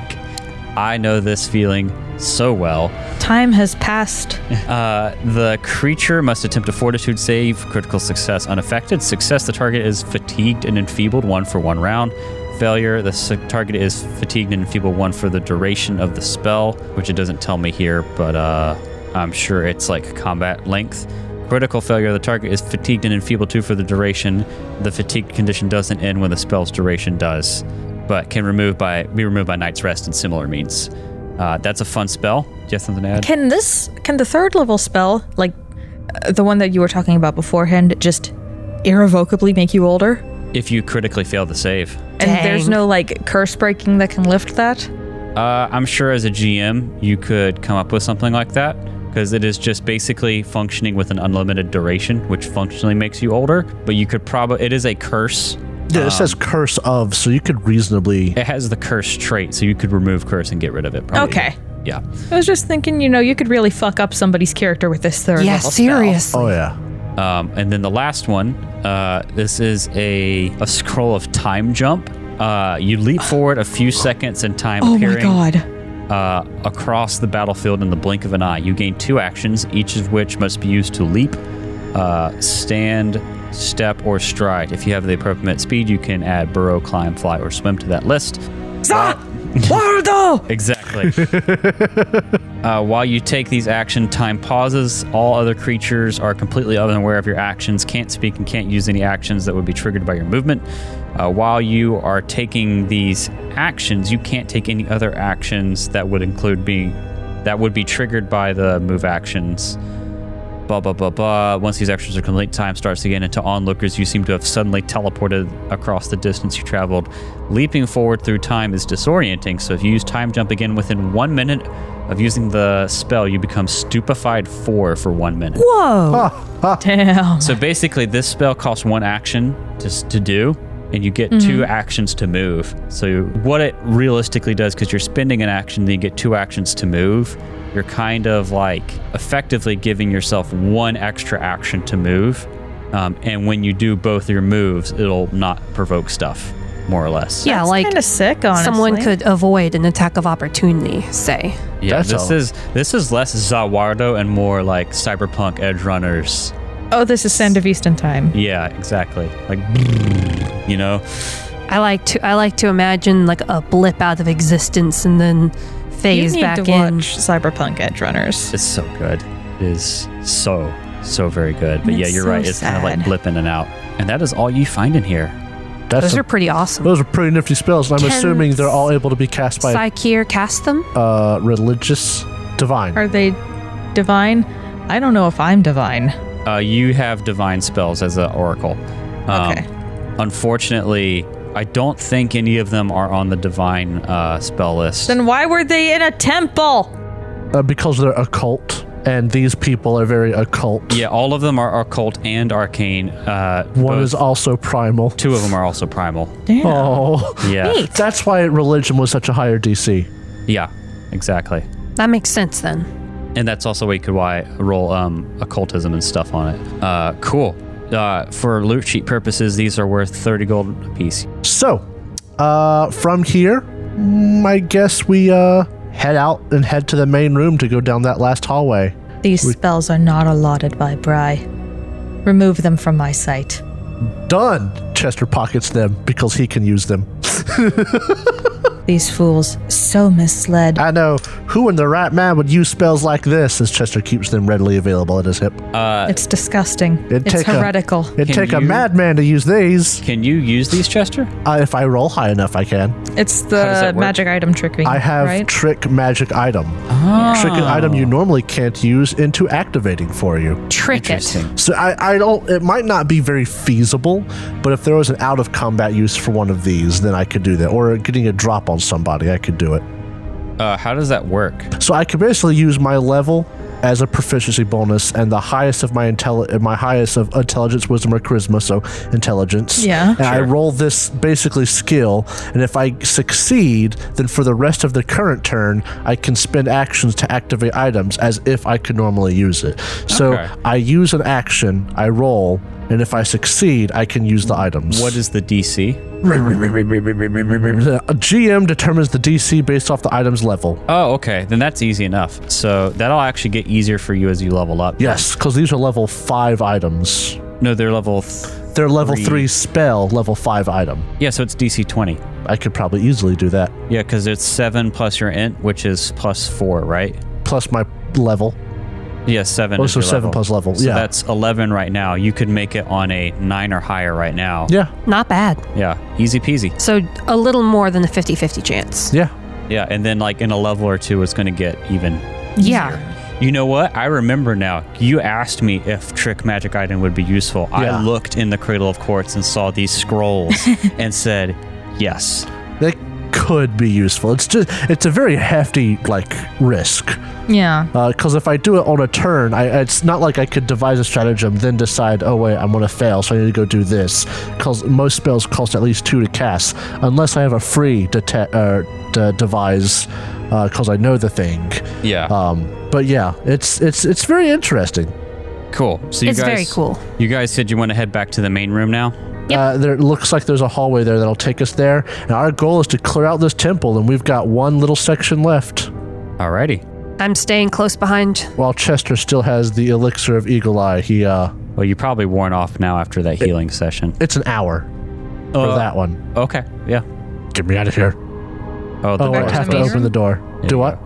Speaker 4: I know this feeling so well.
Speaker 3: Time has passed.
Speaker 4: Uh, the creature must attempt a fortitude save, critical success unaffected. Success, the target is fatigued and enfeebled one for one round. Failure, the s- target is fatigued and enfeebled one for the duration of the spell, which it doesn't tell me here, but uh, I'm sure it's like combat length. Critical failure, the target is fatigued and enfeebled two for the duration. The fatigued condition doesn't end when the spell's duration does, but can remove by be removed by night's rest and similar means. Uh, that's a fun spell. Do you have something to add?
Speaker 3: Can this, can the third level spell, like uh, the one that you were talking about beforehand, just irrevocably make you older?
Speaker 4: if you critically fail the save.
Speaker 3: And there's
Speaker 5: Dang.
Speaker 3: no like curse breaking that can lift that.
Speaker 4: Uh, I'm sure as a GM, you could come up with something like that because it is just basically functioning with an unlimited duration, which functionally makes you older. But you could probably it is a curse.
Speaker 2: Yeah, it says curse of, so you could reasonably.
Speaker 4: It has the curse trait, so you could remove curse and get rid of it. Probably.
Speaker 3: Okay.
Speaker 4: Yeah.
Speaker 3: I was just thinking, you know, you could really fuck up somebody's character with this third
Speaker 5: Yeah,
Speaker 3: level spell.
Speaker 5: serious.
Speaker 2: Oh yeah.
Speaker 4: Um, and then the last one, uh, this is a, a scroll of time jump. Uh, you leap forward a few seconds in time,
Speaker 3: Oh my
Speaker 4: peering
Speaker 3: god.
Speaker 4: Uh, across the battlefield in the blink of an eye. You gain two actions, each of which must be used to leap, uh, stand, step, or stride. If you have the appropriate speed, you can add burrow, climb, fly, or swim to that list.
Speaker 3: Bardo!
Speaker 4: Exactly. uh, while you take these action, time pauses. All other creatures are completely unaware of your actions, can't speak, and can't use any actions that would be triggered by your movement. Uh, while you are taking these actions, you can't take any other actions that would include being that would be triggered by the move actions. Blah blah blah blah. Once these actions are complete, time starts again, and to onlookers, you seem to have suddenly teleported across the distance you traveled. Leaping forward through time is disorienting, so if you use time jump again within one minute of using the spell, you become stupefied four for one minute.
Speaker 3: Damn.
Speaker 4: So basically, this spell costs one action just to do, and you get two actions to move. So what it realistically does, because you're spending an action, then you get two actions to move. You're kind of like effectively giving yourself one extra action to move, um, and when you do both your moves, it'll not provoke stuff, more or less.
Speaker 5: yeah, like
Speaker 3: kind of sick, honestly.
Speaker 5: someone could avoid an attack of opportunity, say.
Speaker 4: Yeah,
Speaker 2: That's
Speaker 4: this
Speaker 2: all.
Speaker 4: is this is less Zawardo and more like cyberpunk edge runners.
Speaker 3: Oh, this is Sand of Easton time.
Speaker 4: Yeah, exactly. Like, you know.
Speaker 5: I like to I like to imagine like a blip out of existence and then phase
Speaker 3: you need
Speaker 5: back
Speaker 3: to
Speaker 5: in.
Speaker 3: watch Cyberpunk Edge Runners.
Speaker 4: It's so good. It is so, so very good. But yeah,
Speaker 3: It's
Speaker 4: you're
Speaker 3: so
Speaker 4: right. It's kind of like
Speaker 3: sad.
Speaker 4: blip in and out. And that is all you find in here.
Speaker 2: That's
Speaker 5: Those
Speaker 2: a-
Speaker 5: are pretty awesome.
Speaker 2: those are pretty nifty spells, and I'm
Speaker 5: Can
Speaker 2: assuming they're all able to be cast by
Speaker 5: Psycheer cast them.
Speaker 2: uh, religious divine.
Speaker 3: Are they divine? I don't know if I'm divine.
Speaker 4: Uh, you have divine spells as an oracle. Um,
Speaker 3: Okay.
Speaker 4: Unfortunately, I don't think any of them are on the divine uh, spell list.
Speaker 3: Then why were they in a temple?
Speaker 2: uh, because they're occult, and these people are very occult.
Speaker 4: yeah, all of them are occult and arcane. Uh,
Speaker 2: One
Speaker 4: both-
Speaker 2: is also primal.
Speaker 4: two of them are also primal.
Speaker 3: Damn.
Speaker 2: Oh,
Speaker 4: Yeah.
Speaker 3: Neat.
Speaker 2: that's why religion was such a higher DC.
Speaker 4: Yeah, exactly.
Speaker 5: That makes sense then.
Speaker 4: and that's also why you could why roll um, occultism and stuff on it. Uh, cool. Uh, for loot sheet purposes, these are worth thirty gold apiece.
Speaker 2: So, uh, from here, mm, I guess we uh, head out and head to the main room to go down that last hallway.
Speaker 3: These spells are not allotted by Bry. Remove them from my sight.
Speaker 2: Done. Chester pockets them because he can use them.
Speaker 3: These fools, so misled.
Speaker 2: I know who in the right mind would use spells like this, as Chester keeps them readily available at his hip.
Speaker 3: it's disgusting.
Speaker 2: It'd
Speaker 3: it's
Speaker 2: Uh, take a-
Speaker 3: heretical.
Speaker 2: It'd
Speaker 4: Can
Speaker 2: take a
Speaker 4: you-
Speaker 2: madman to use these.
Speaker 4: Can you use these, Chester?
Speaker 2: Uh, if I roll high enough, I can.
Speaker 3: it's
Speaker 4: does
Speaker 3: the
Speaker 4: that work?
Speaker 3: magic item tricking.
Speaker 2: I have
Speaker 3: right?
Speaker 2: trick magic item.
Speaker 4: Ah.
Speaker 2: Trick an item you normally can't use into activating for you.
Speaker 5: Trick it.
Speaker 2: So I, I don't. It might not be very feasible, but if there was an out of combat use for one of these, then I could do that. Or getting a drop on somebody, I could do it.
Speaker 4: Uh, how does that work?
Speaker 2: So I could basically use my level as a proficiency bonus, and the highest of my intelli- my highest of intelligence, wisdom, or charisma. So intelligence.
Speaker 3: Yeah.
Speaker 2: And I roll this basically skill, and if I succeed, then for the rest of the current turn, I can spend actions to activate items as if I could normally use it. So
Speaker 4: Okay.
Speaker 2: I use an action, I roll, and if I succeed, I can use the items.
Speaker 4: What is the DC?
Speaker 2: the GM determines the DC based off the item's level.
Speaker 4: Oh, okay. Then that's easy enough. So that'll actually get easier for you as you level up.
Speaker 2: Yes, because these are level five items.
Speaker 4: No, they're level. Th-
Speaker 2: They're level
Speaker 4: Three.
Speaker 2: three. spell, level five item.
Speaker 4: yeah, so it's DC twenty.
Speaker 2: I could probably easily do that.
Speaker 4: Yeah, because it's seven plus your int, which is plus four, right?
Speaker 2: Plus my level.
Speaker 4: Yeah, seven.
Speaker 2: Oh,
Speaker 4: is
Speaker 2: so
Speaker 4: your
Speaker 2: seven plus level,
Speaker 4: So
Speaker 2: yeah.
Speaker 4: that's eleven right now. You could make it on a nine or higher right now.
Speaker 2: Yeah,
Speaker 5: Not bad.
Speaker 4: Yeah, easy peasy.
Speaker 5: So a little more than a 50-50 chance.
Speaker 2: yeah.
Speaker 4: Yeah, and then like in a level or two, it's going to get even.
Speaker 5: Yeah.
Speaker 4: You know what? I remember now. You asked me if trick magic item would be useful.
Speaker 2: Yeah.
Speaker 4: I looked in the Cradle of Quartz and saw these scrolls and said, yes.
Speaker 2: That could be useful. It's just it's a very hefty like risk.
Speaker 3: Yeah.
Speaker 2: because if I do it on a turn, I, it's not like I could devise a stratagem, then decide, oh wait, I'm gonna fail, so I need to go do this. Because most spells cost at least two to cast, unless I have a free dete- uh, de- devise, because I know the thing.
Speaker 4: Yeah.
Speaker 2: Um, but yeah, it's it's it's very interesting.
Speaker 4: cool. So you
Speaker 5: It's
Speaker 4: guys,
Speaker 5: very cool.
Speaker 4: You guys said you want to head back to the main room now?
Speaker 2: Uh, there it looks like there's a hallway there that'll take us there, and our goal is to clear out this temple, and we've got one little section left.
Speaker 4: Alrighty.
Speaker 5: I'm staying close behind.
Speaker 2: While Chester still has the elixir of eagle eye, he uh,
Speaker 4: Well, you probably worn off now after that healing session.
Speaker 2: it's an hour for
Speaker 4: Uh,
Speaker 2: that one.
Speaker 4: Okay. Yeah.
Speaker 2: Get me out of here.
Speaker 4: Oh, the
Speaker 2: Oh, I
Speaker 3: to
Speaker 4: door's
Speaker 2: have
Speaker 3: the
Speaker 2: to
Speaker 3: main
Speaker 4: closed.
Speaker 2: open the door. Do
Speaker 4: you
Speaker 2: what?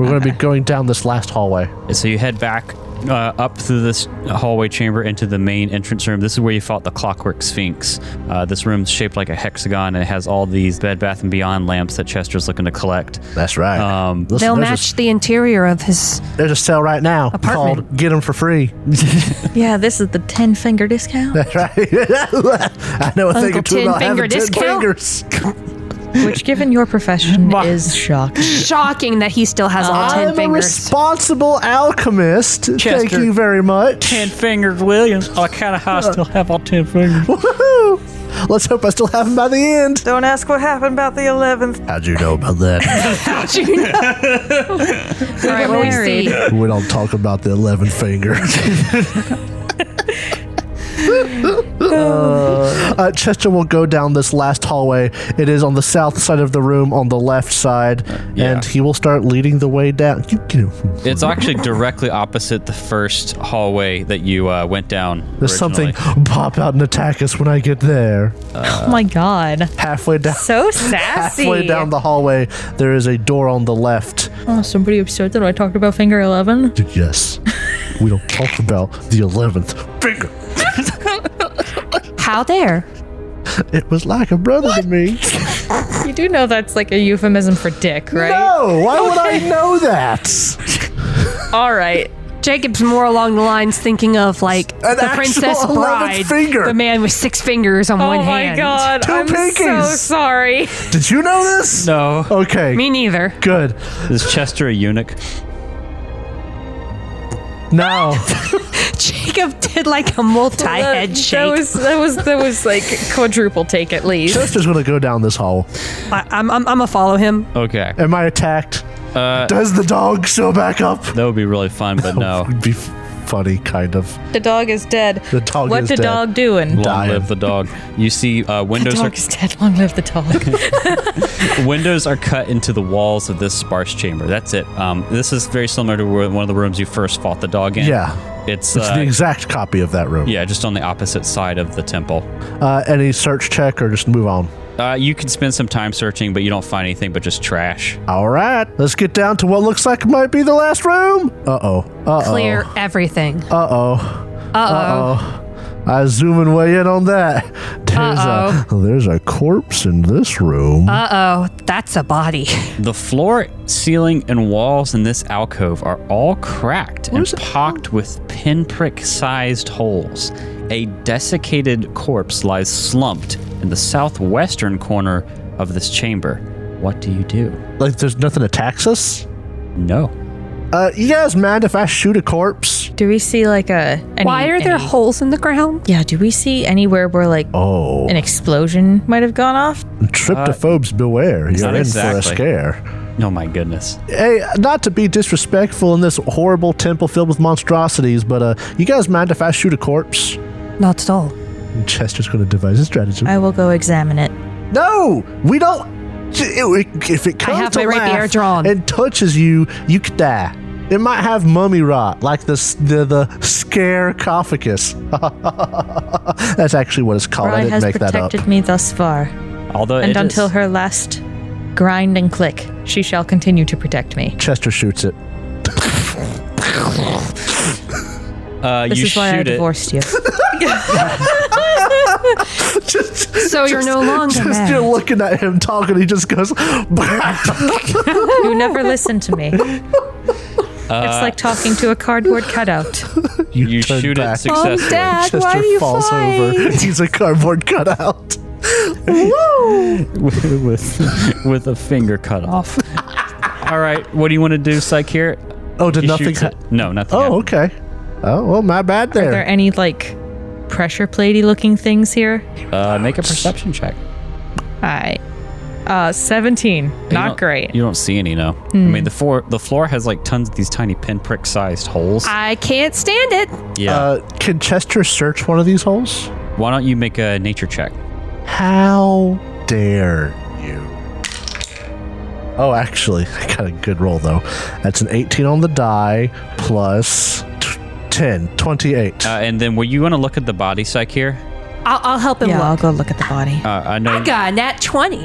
Speaker 2: We're going to be going down this last hallway.
Speaker 4: So you head back uh, up through this hallway chamber into the main entrance room. This is where you fought the Clockwork Sphinx. Uh, this room's shaped like a hexagon and it has all these Bed Bath and Beyond lamps that Chester's looking to collect.
Speaker 2: That's right.
Speaker 4: Um,
Speaker 2: Listen,
Speaker 5: They'll
Speaker 2: there's,
Speaker 5: match the interior of his.
Speaker 2: a, there's a sale right now
Speaker 5: Apartment.
Speaker 2: called "Get Them for Free."
Speaker 3: Yeah, this is the 10 finger discount,
Speaker 2: That's right. I know a thing
Speaker 5: Uncle
Speaker 2: or two
Speaker 5: Ten
Speaker 2: about
Speaker 5: Finger
Speaker 2: having ten
Speaker 5: discount?
Speaker 2: fingers.
Speaker 3: which, given your profession, is shocking.
Speaker 5: Shocking that he still has all ten
Speaker 2: I'm a
Speaker 5: fingers.
Speaker 2: responsible alchemist. Thank
Speaker 4: Chester.
Speaker 2: you very much.
Speaker 4: fingers, Williams. Oh, kind of high still have all ten fingers.
Speaker 2: Woohoo! Let's hope I still have them by the end.
Speaker 6: Don't ask what happened about the 11th.
Speaker 2: How'd you know about that?
Speaker 5: all right, well, we
Speaker 3: Married.
Speaker 5: see.
Speaker 2: we don't talk about the eleven fingers. Uh, Chester will go down this last hallway. It is on the south side of the room, on the left side,
Speaker 4: yeah.
Speaker 2: and he will start leading the way down. You, you know,
Speaker 4: It's actually directly opposite the first hallway that you uh, went down.
Speaker 2: there's
Speaker 4: originally.
Speaker 2: something pop out and attack us when I get there.
Speaker 3: Oh my god.
Speaker 2: Halfway down,
Speaker 3: So sassy.
Speaker 2: halfway down the hallway, there is a door on the left.
Speaker 3: oh, somebody upset that I talked about finger 11?
Speaker 2: Dude, yes, we don't talk about the eleventh finger.
Speaker 5: How there?
Speaker 2: It was like a brother to me.
Speaker 3: You do know that's like a euphemism for dick, right?
Speaker 2: No, why would I know that?
Speaker 3: All right.
Speaker 5: Jacob's more along the lines thinking of like
Speaker 2: An
Speaker 5: the
Speaker 2: actual
Speaker 5: Princess
Speaker 2: 11th
Speaker 5: Bride,
Speaker 2: finger.
Speaker 5: the man with six fingers on one
Speaker 3: oh
Speaker 5: hand.
Speaker 3: my god.
Speaker 2: Two
Speaker 3: I'm so
Speaker 2: pinkies.
Speaker 3: sorry.
Speaker 2: Did you know this?
Speaker 4: No.
Speaker 2: Okay,
Speaker 5: Me neither.
Speaker 2: good.
Speaker 4: Is Chester a eunuch?
Speaker 2: Now.
Speaker 5: Jacob did like a multi-head
Speaker 3: That
Speaker 5: shake.
Speaker 3: was that was that was like quadruple take at least.
Speaker 2: Chester's gonna go down this hall.
Speaker 5: I, I'm, I'm, I'm gonna follow him.
Speaker 4: Okay.
Speaker 2: Am I attacked?
Speaker 4: Uh,
Speaker 2: Does the dog show back up?
Speaker 4: that would be really fun, but no.
Speaker 2: Would be f- funny, kind of.
Speaker 3: The dog is dead.
Speaker 2: The dog
Speaker 3: what
Speaker 2: is
Speaker 3: the
Speaker 2: dead.
Speaker 3: dog doing?
Speaker 4: Long
Speaker 2: Dying.
Speaker 4: live the dog. You see, uh,
Speaker 3: The
Speaker 4: windows are
Speaker 3: dog is dead. Long live the dog.
Speaker 4: windows are cut into the walls of this sparse chamber. That's it. Um, this is very similar to where- one of the rooms you first fought the dog in.
Speaker 2: Yeah.
Speaker 4: It's,
Speaker 2: It's
Speaker 4: uh,
Speaker 2: the exact copy of that room.
Speaker 4: yeah, just on the opposite side of the temple.
Speaker 2: Uh, any search check or just move on.
Speaker 4: Uh, you can spend some time searching, but you don't find anything but just trash.
Speaker 2: All right, let's get down to what looks like might be the last room. Uh oh. Uh oh.
Speaker 5: Clear everything.
Speaker 2: Uh oh.
Speaker 5: Uh oh.
Speaker 2: I zoom and weigh in on that. There's a there's a corpse in this room.
Speaker 5: Uh oh. That's a body.
Speaker 4: The floor, ceiling, and walls in this alcove are all cracked and pocked with pinprick-sized holes. A desiccated corpse lies slumped in the southwestern corner of this chamber. What do you do?
Speaker 2: like there's nothing attacks us.
Speaker 4: No.
Speaker 2: Uh, you guys mind if I shoot a corpse?
Speaker 3: do we see like a? Any,
Speaker 5: Why are there
Speaker 3: any-
Speaker 5: holes in the ground?
Speaker 3: Yeah. Do we see anywhere where like
Speaker 2: Oh,
Speaker 3: an explosion might have gone off?
Speaker 2: tryptophobes beware! You're
Speaker 4: not
Speaker 2: in for
Speaker 4: exactly.
Speaker 2: a scare.
Speaker 4: Oh my goodness.
Speaker 2: Hey, not to be disrespectful in this horrible temple filled with monstrosities, but uh, you guys mind if I shoot a corpse?
Speaker 5: Not at all.
Speaker 2: Chester's going to devise a strategy.
Speaker 3: I will go examine it.
Speaker 2: no, we don't. If it comes
Speaker 5: have
Speaker 2: to
Speaker 5: my rapier
Speaker 2: life
Speaker 5: drawn.
Speaker 2: and touches you, you could die. It might have mummy rot, like the s- the, the scarecophagus. That's actually what it's called. I
Speaker 3: Rye
Speaker 2: didn't
Speaker 3: has
Speaker 2: make that up.
Speaker 3: protected me thus far.
Speaker 4: Although
Speaker 3: and
Speaker 4: it is-
Speaker 3: until her last grind and click, she shall continue to protect me.
Speaker 2: Chester shoots it.
Speaker 4: uh,
Speaker 3: This
Speaker 4: you
Speaker 3: is why I
Speaker 4: shoot it,
Speaker 3: divorced you.
Speaker 2: Just-
Speaker 5: So you're no longer
Speaker 2: just
Speaker 5: mad.
Speaker 2: you're looking at him talking. He just goes.
Speaker 3: You never listened to me. it's like talking to a cardboard cutout.
Speaker 2: You,
Speaker 4: You
Speaker 2: turn
Speaker 4: shoot
Speaker 2: back.
Speaker 4: it successfully.
Speaker 5: Oh, Dad.
Speaker 2: Chester
Speaker 5: Why do you
Speaker 2: falls over.
Speaker 5: fight?
Speaker 2: He's a cardboard cutout.
Speaker 4: with with a finger cut off. All right, what do you want to do, Psych? Here,
Speaker 2: Oh, did
Speaker 4: He
Speaker 2: nothing.
Speaker 4: shoots
Speaker 2: Ha-
Speaker 4: it. No, nothing.
Speaker 2: oh,
Speaker 4: happened.
Speaker 2: okay. Oh well, my bad
Speaker 3: Are there
Speaker 2: there.
Speaker 3: any like pressure platey looking things here?
Speaker 4: Uh, make a perception check.
Speaker 3: I uh 17.
Speaker 4: You
Speaker 3: Not
Speaker 4: don't-
Speaker 3: great.
Speaker 4: You don't see any, no. I mean, the floor the floor has like tons of these tiny pinprick-sized holes.
Speaker 5: I can't stand it.
Speaker 4: yeah.
Speaker 2: Uh, can Chester search one of these holes?
Speaker 4: Why don't you make a nature check?
Speaker 2: How dare you? Oh, actually, I got a good roll though. That's an 18 on the die plus t- 10, 28.
Speaker 4: Uh, and then, were you going to look at the body psych here?
Speaker 5: I'll, I'll help him
Speaker 3: Yeah, I'll
Speaker 5: look.
Speaker 3: go look at the body.
Speaker 4: Uh, I know.
Speaker 5: I got a nat 20.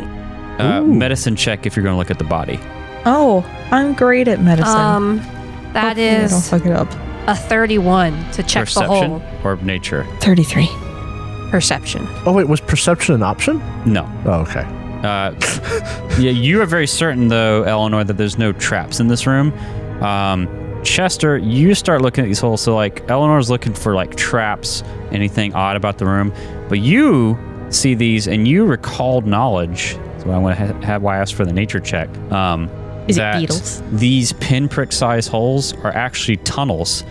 Speaker 4: uh, medicine check if you're going to look at the body.
Speaker 3: Oh, I'm great at medicine.
Speaker 5: Um, that
Speaker 3: Yeah, don't
Speaker 5: is
Speaker 3: fuck it up.
Speaker 5: a 31 to check
Speaker 4: Perception
Speaker 5: the
Speaker 4: or nature?
Speaker 3: 33.
Speaker 5: whole perception.
Speaker 2: oh, wait, was perception an option?
Speaker 4: No.
Speaker 2: Oh, okay.
Speaker 4: Uh, yeah, you are very certain, though, Eleanor, that there's no traps in this room. Um, Chester, you start looking at these holes. So, like, Eleanor's looking for like traps, anything odd about the room. But you see these, and you recalled knowledge. That's why I want to ha- have why I asked for the nature check. Um,
Speaker 3: Is it
Speaker 4: that
Speaker 3: beetles?
Speaker 4: These pinprick-sized holes are actually tunnels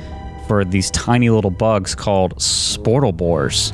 Speaker 4: for these tiny little bugs called sportle borers.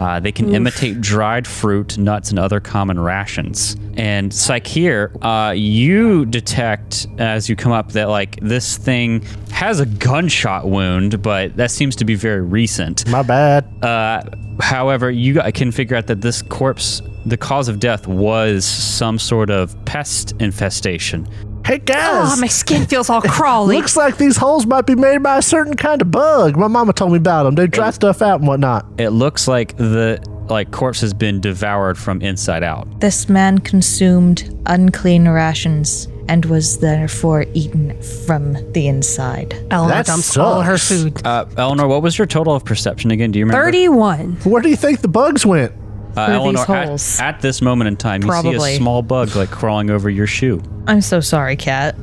Speaker 4: Uh, they can imitate dried fruit, nuts, and other common rations. And Psyche, here, uh, you detect as you come up that like this thing has a gunshot wound, but that seems to be very recent.
Speaker 2: My bad.
Speaker 4: Uh, however, you got- can figure out that this corpse, the cause of death was some sort of pest infestation.
Speaker 2: hey, guys.
Speaker 5: Oh, my skin feels all crawly.
Speaker 2: Looks like these holes might be made by a certain kind of bug. My mama told me about them. They dry stuff out and whatnot.
Speaker 4: It looks like the like corpse has been devoured from inside out.
Speaker 3: This man consumed unclean rations and was therefore eaten from the inside.
Speaker 5: Eleanor
Speaker 2: That
Speaker 5: dumps all her
Speaker 2: sucks.
Speaker 5: food.
Speaker 4: Uh, Eleanor, what was your total of perception again? Do you remember?
Speaker 5: 31.
Speaker 2: Where do you think the bugs went?
Speaker 4: Uh,
Speaker 3: through
Speaker 4: Eleanor,
Speaker 3: these
Speaker 4: at-
Speaker 3: holes.
Speaker 4: At, this moment in time, you see
Speaker 3: Probably.
Speaker 4: a small bug like crawling over your shoe.
Speaker 3: I'm so sorry, Cat.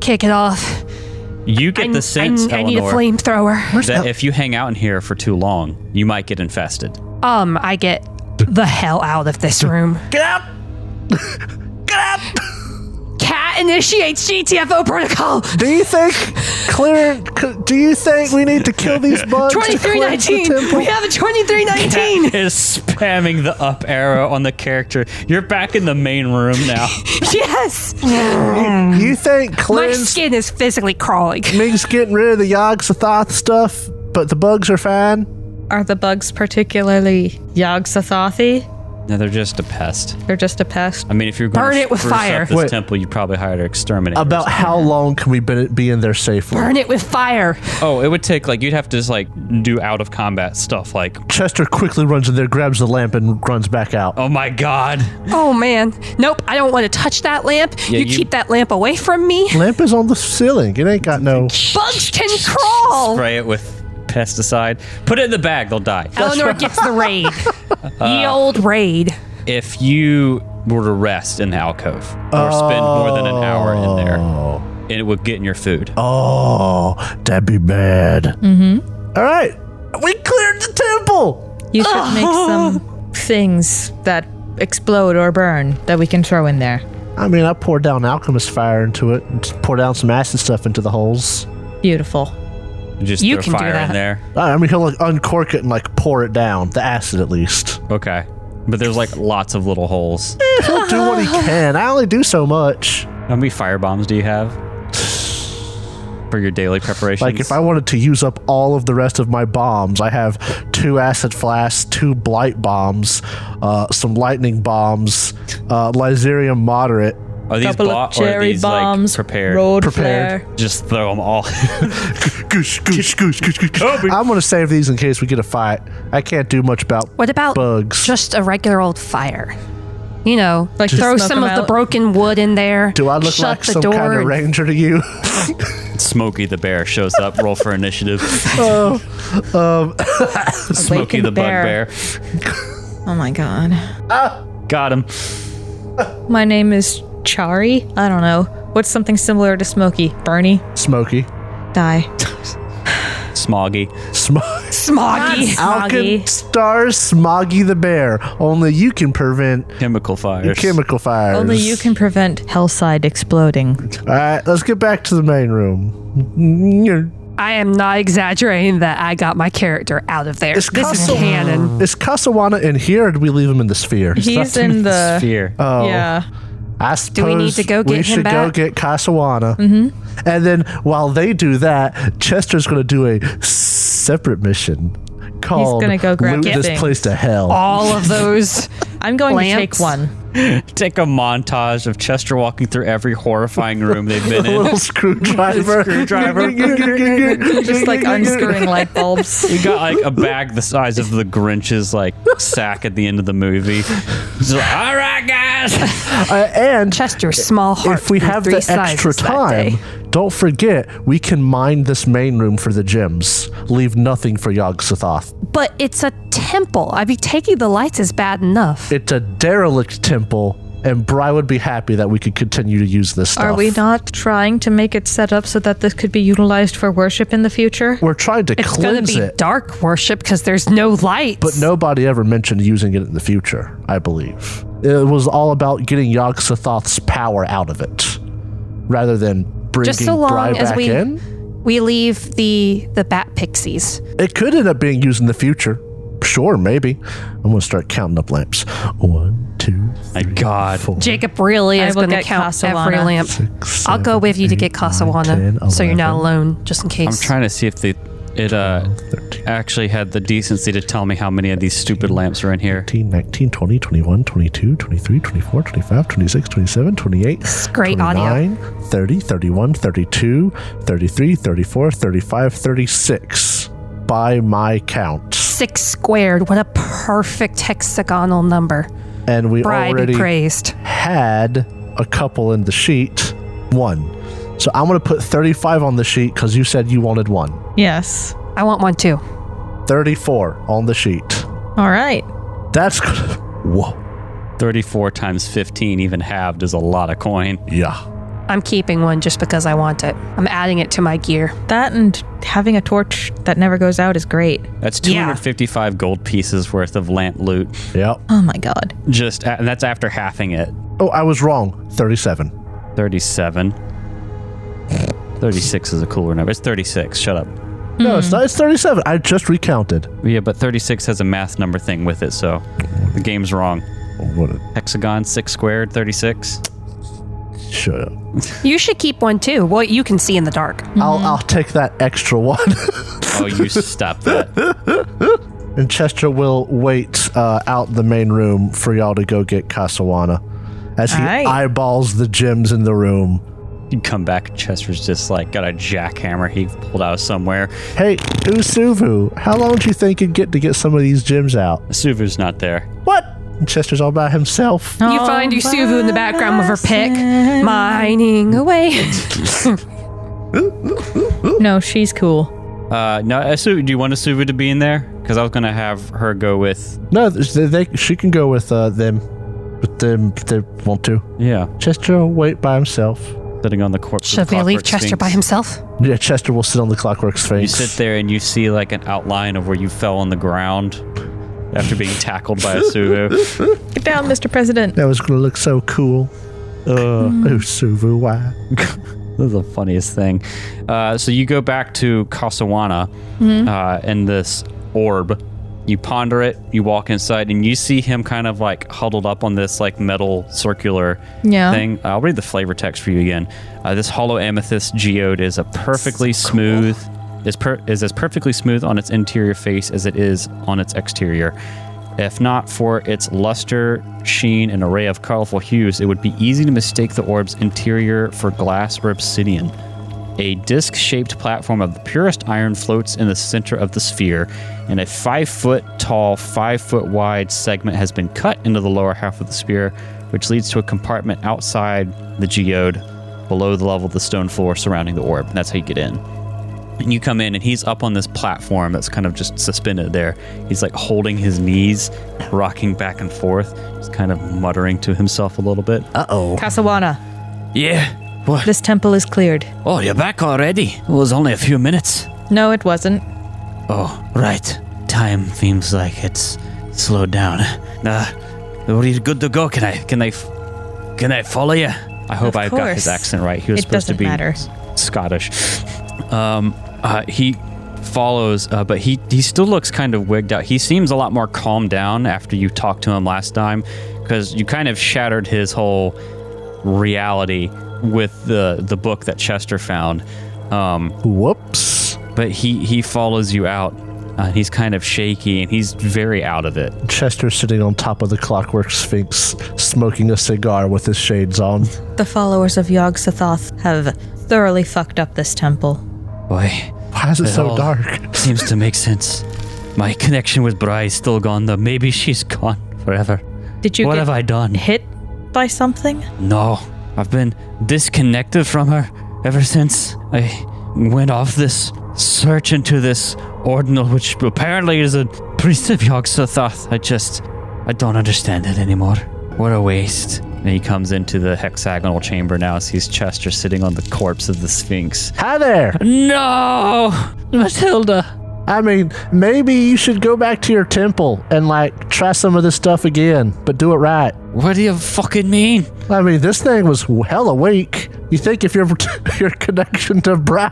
Speaker 5: Kick it off.
Speaker 4: You get
Speaker 5: I-
Speaker 4: the sense,
Speaker 5: I, I need a
Speaker 4: Eleanor,
Speaker 5: flamethrower.
Speaker 4: that if you hang out in here for too long, you might get infested.
Speaker 5: Um, I get the hell out of this room.
Speaker 2: Get out! Get out!
Speaker 5: Cat initiates GTFO protocol.
Speaker 2: Do you think clear? c- Do you think we need to kill these bugs? to cleanse the
Speaker 5: 2319.
Speaker 2: temple?
Speaker 5: We have a 2319.
Speaker 4: Is spamming the up arrow on the character. You're back in the main room now.
Speaker 5: yes.
Speaker 2: You think
Speaker 5: Mm. My
Speaker 2: cleanse
Speaker 5: skin is physically crawling.
Speaker 2: means getting rid of the Yogg Sothoth stuff, but the bugs are fine?
Speaker 3: Are the bugs particularly Yog Sothothi?
Speaker 4: no, they're just a pest.
Speaker 3: They're just a pest.
Speaker 4: I mean, if you're going
Speaker 5: Burn
Speaker 4: to
Speaker 5: it with
Speaker 4: spruce up
Speaker 5: fire.
Speaker 4: this
Speaker 2: Wait.
Speaker 4: temple, you probably hired an exterminator. or
Speaker 2: About
Speaker 4: something.
Speaker 2: how long can we be, be in there safely?
Speaker 5: Burn it with fire.
Speaker 4: Oh, it would take like you'd have to just like do out of combat stuff. Like,
Speaker 2: Chester quickly runs in there, grabs the lamp, and runs back out.
Speaker 4: oh my god.
Speaker 5: Oh man. Nope. I don't want to touch that lamp. you,
Speaker 4: you-
Speaker 5: keep that lamp away from me.
Speaker 2: Oh. Lamp is on the ceiling. It ain't got no.
Speaker 5: Bugs can crawl.
Speaker 4: spray it with pesticide. Put it in the bag, they'll die.
Speaker 5: Eleanor gets the raid. Ye old raid.
Speaker 4: If you were to rest in the alcove or spend more than an hour in there, and it would get in your food.
Speaker 2: Oh, that'd be bad. Mm-hmm. All right, we cleared the temple.
Speaker 3: You should make some things that explode or burn that we can throw in there.
Speaker 2: I mean, I poured down alchemist fire into it, and pour down some acid stuff into the holes.
Speaker 3: Beautiful.
Speaker 4: Just
Speaker 5: You
Speaker 4: throw
Speaker 5: can do
Speaker 4: fire in
Speaker 5: that.
Speaker 4: there.
Speaker 2: I mean, he'll like uncork it and like pour it down, the acid at least.
Speaker 4: Okay. But there's like lots of little holes.
Speaker 2: He'll do what he
Speaker 5: Oh.
Speaker 2: can. I only do so much.
Speaker 4: How many fire bombs do you have for your daily preparations?
Speaker 2: Like if I wanted to use up all of the rest of my bombs, I have two acid flasks, two blight bombs, uh, some lightning bombs, uh, Lyserium moderate.
Speaker 4: are these
Speaker 3: Couple of
Speaker 4: bought or are
Speaker 3: cherry
Speaker 4: these
Speaker 3: bombs,
Speaker 4: like prepared?
Speaker 3: road
Speaker 2: Prepared.
Speaker 3: flare.
Speaker 4: Just throw them all.
Speaker 2: Goosh, goosh, goosh, goosh, goosh, goosh. I'm gonna save these in case we get a fight. I can't do much about
Speaker 5: What about
Speaker 2: bugs.
Speaker 5: just a regular old fire? You know,
Speaker 3: Like to
Speaker 5: throw
Speaker 3: smoke
Speaker 5: some
Speaker 3: 'em
Speaker 5: of the
Speaker 3: out?
Speaker 5: broken wood in there.
Speaker 2: do I look
Speaker 5: shut
Speaker 2: like
Speaker 5: the
Speaker 2: some
Speaker 5: door
Speaker 2: kind of
Speaker 5: and-
Speaker 2: ranger to you?
Speaker 4: Smokey the bear shows up. Roll for initiative. Smokey
Speaker 3: Awakened
Speaker 4: the
Speaker 3: bear.
Speaker 4: bugbear.
Speaker 3: Oh my god.
Speaker 4: Got him.
Speaker 3: My name is Chari. I don't know. What's something similar to Smokey? Bernie?
Speaker 2: Smoky.
Speaker 3: Die.
Speaker 4: Smoggy.
Speaker 2: Smog.
Speaker 5: Smoggy.
Speaker 3: Smoggy.
Speaker 2: Star Smoggy the Bear. Only you can prevent
Speaker 4: Chemical fires.
Speaker 2: chemical fires.
Speaker 3: Only you can prevent Hellside exploding.
Speaker 2: All right, let's get back to the main room. Mm,
Speaker 5: I am not exaggerating that I got my character out of there.
Speaker 2: It's
Speaker 5: this is
Speaker 2: custom.
Speaker 5: canon.
Speaker 2: Is Casawana in here, or do we leave him in the sphere?
Speaker 3: He's in the.
Speaker 4: sphere.
Speaker 2: Oh,
Speaker 3: Yeah.
Speaker 2: I suppose
Speaker 5: we need to go
Speaker 2: we
Speaker 5: get him
Speaker 2: should go
Speaker 5: back?
Speaker 2: get Casawana. Mm-hmm. And then while they do that, Chester's going to do a separate mission called
Speaker 3: gonna go grab
Speaker 2: Loot
Speaker 3: the
Speaker 2: This
Speaker 3: things."
Speaker 2: Place to Hell.
Speaker 5: All of those.
Speaker 3: I'm going to
Speaker 5: Lamps.
Speaker 3: take one.
Speaker 4: Take a montage of Chester walking through every horrifying room they've been in.
Speaker 2: Little screwdriver. screwdriver.
Speaker 3: Just like unscrewing light bulbs.
Speaker 4: We got like a bag the size of the Grinch's like sack at the end of the movie. So, all right, guys.
Speaker 2: Uh, and
Speaker 5: Chester's small heart.
Speaker 2: if we
Speaker 5: grew
Speaker 2: have
Speaker 5: three
Speaker 2: the extra
Speaker 5: sizes that day.
Speaker 2: time, don't forget we can mine this main room for the gems. Leave nothing for Yog Sothoth.
Speaker 5: But it's a temple. I'd be taking the lights is bad enough.
Speaker 2: It's a derelict temple, and Bry would be happy that we could continue to use this stuff.
Speaker 3: Are we not trying to make it set up so that this could be utilized for worship in the future?
Speaker 2: We're trying to
Speaker 5: it's gonna
Speaker 2: cleanse
Speaker 5: be
Speaker 2: it,
Speaker 5: dark worship because there's no lights.
Speaker 2: but nobody ever mentioned using it in the future. I believe it was all about getting Yog Sothoth's power out of it, rather than bringing
Speaker 5: Just so long
Speaker 2: Bry
Speaker 5: as
Speaker 2: back
Speaker 5: we
Speaker 2: in.
Speaker 5: we leave the the bat pixies.
Speaker 2: It could end up being used in the future. Sure, maybe. I'm gonna start counting up lamps. One, two,
Speaker 4: My God.
Speaker 5: Jacob really
Speaker 3: I
Speaker 5: is
Speaker 3: will
Speaker 5: going to
Speaker 3: get
Speaker 5: count
Speaker 3: Casawana.
Speaker 5: every lamp.
Speaker 2: six.
Speaker 5: I'll go with you to get Casawana, so you're not alone, just in
Speaker 4: I'm
Speaker 5: case.
Speaker 4: trying to see if they it uh actually had the decency to tell me how many of these stupid lamps are in here.
Speaker 2: 18, 19, 20, 21, 22, 23, 24, 25, 26, 27, 28,
Speaker 5: great audio.
Speaker 2: 29, 30, 31, 32, 33, 34, 35, 36. By my count.
Speaker 5: Six squared. What a perfect hexagonal number.
Speaker 2: And we
Speaker 5: Bride be
Speaker 2: already
Speaker 5: praised.
Speaker 2: had a couple in the sheet. One. So I'm going to put 35 on the sheet because you said you wanted one.
Speaker 3: Yes.
Speaker 5: I want one too.
Speaker 2: 34 on the sheet.
Speaker 3: All right.
Speaker 2: That's gonna. Whoa.
Speaker 4: 34 times 15 even halved is a lot of coin.
Speaker 2: Yeah.
Speaker 5: I'm keeping one just because I want it. I'm adding it to my gear.
Speaker 3: That and having a torch that never goes out is great.
Speaker 4: That's
Speaker 5: Yeah.
Speaker 4: 255 gold pieces worth of lamp loot.
Speaker 2: Yep.
Speaker 3: Oh my god.
Speaker 4: Just and that's after halving it.
Speaker 2: Oh, I was wrong. 37.
Speaker 4: 37. 36 is a cooler number. It's 36. Shut up.
Speaker 2: No,
Speaker 5: Hmm.
Speaker 2: it's not. It's 37. I just recounted.
Speaker 4: Yeah, but 36 has a math number thing with it, so the game's wrong.
Speaker 2: What a.
Speaker 4: Hexagon, 6 squared, 36.
Speaker 2: Shut up.
Speaker 5: You should keep one too. What you can see in the dark.
Speaker 2: I'll, I'll take that extra one.
Speaker 4: Oh, you stop that.
Speaker 2: and Chester will wait uh, out the main room for y'all to go get Casawana as he
Speaker 3: Aight.
Speaker 2: eyeballs the gems in the room.
Speaker 4: You come back, Chester's just like got a jackhammer he pulled out of somewhere.
Speaker 2: Hey, Usuvu, how long do you think it'd get to get some of these gems out?
Speaker 4: Suvu's not there.
Speaker 2: What? And Chester's all by himself.
Speaker 5: You find Yusuvu in the background with her pick, mining away.
Speaker 3: No, she's cool.
Speaker 4: Uh, no, Asuvu, do you want Asuvu to be in there? Because I was going to have her go with.
Speaker 2: No, they, they, she can go with uh, them. With them, if they want to.
Speaker 4: Yeah,
Speaker 2: Chester will wait by himself.
Speaker 4: sitting on the corpse. of
Speaker 5: Should
Speaker 4: the
Speaker 5: we leave
Speaker 4: Clockwork
Speaker 5: Chester
Speaker 4: Sphinx.
Speaker 5: by himself?
Speaker 2: Yeah, Chester will sit on the Clockwork
Speaker 4: You
Speaker 2: Sphinx.
Speaker 4: sit there and you see like an outline of where you fell on the ground after being tackled by Asuvu.
Speaker 3: Get down, Mr. President.
Speaker 2: That was gonna look so cool. Uh, Usuvu, why?
Speaker 4: This is the funniest thing. Uh, so you go back to Casawana uh, and this orb. You ponder it. You walk inside, and you see him kind of like huddled up on this like metal circular
Speaker 3: Yeah.
Speaker 4: thing. I'll read the flavor text for you again. Uh, this hollow amethyst geode is a perfectly smooth. Is, per- is as perfectly smooth on its interior face as it is on its exterior. If not for its luster, sheen, and array of colorful hues, it would be easy to mistake the orb's interior for glass or obsidian. A disc shaped platform of the purest iron floats in the center of the sphere, and a five foot tall, five foot wide segment has been cut into the lower half of the sphere, which leads to a compartment outside the geode below the level of the stone floor surrounding the orb. That's how you get in. And you come in, and he's up on this platform that's kind of just suspended there. He's like holding his knees, rocking back and forth, just kind of muttering to himself a little bit.
Speaker 3: Casawana.
Speaker 4: Uh, Yeah. What?
Speaker 3: This temple is cleared.
Speaker 4: Oh, you're back already? It was only a few minutes.
Speaker 3: No, it wasn't.
Speaker 4: Oh, right. Time seems like it's slowed down. Uh, are you good to go? Can I, can I, f- can I follow you? I hope
Speaker 3: Of
Speaker 4: I've got his
Speaker 3: course.
Speaker 4: accent right. He was
Speaker 3: It
Speaker 4: supposed to
Speaker 3: doesn't
Speaker 4: be
Speaker 3: matter.
Speaker 4: Scottish. Um, uh, he follows, uh, but he he still looks kind of wigged out. He seems a lot more calmed down after you talked to him last time, because you kind of shattered his whole reality with the the book that Chester found. Um,
Speaker 2: Whoops.
Speaker 4: but he he follows you out uh, he's kind of shaky and he's very out of it
Speaker 2: Chester sitting on top of the clockwork sphinx, smoking a cigar with his shades on.
Speaker 3: The followers of Yog Sothoth have thoroughly fucked up this temple.
Speaker 4: boy
Speaker 2: Why is it
Speaker 4: It
Speaker 2: so
Speaker 4: all
Speaker 2: dark?
Speaker 4: seems to make sense my connection with Bri is still gone though maybe she's gone forever
Speaker 3: Did you
Speaker 4: what
Speaker 3: get
Speaker 4: have I done
Speaker 3: hit by something?
Speaker 4: no I've been disconnected from her ever since I went off this search into this ordinal which apparently is a priest of Yog Sothoth I just I don't understand it anymore. What a waste. And he comes into the hexagonal chamber now, sees Chester sitting on the corpse of the Sphinx.
Speaker 2: Hi there.
Speaker 4: No! Matilda!
Speaker 2: I mean, maybe you should go back to your temple and like try some of this stuff again, but do it right.
Speaker 4: What do you fucking mean?
Speaker 2: I mean, this thing was hella weak. You think if your your connection to Bra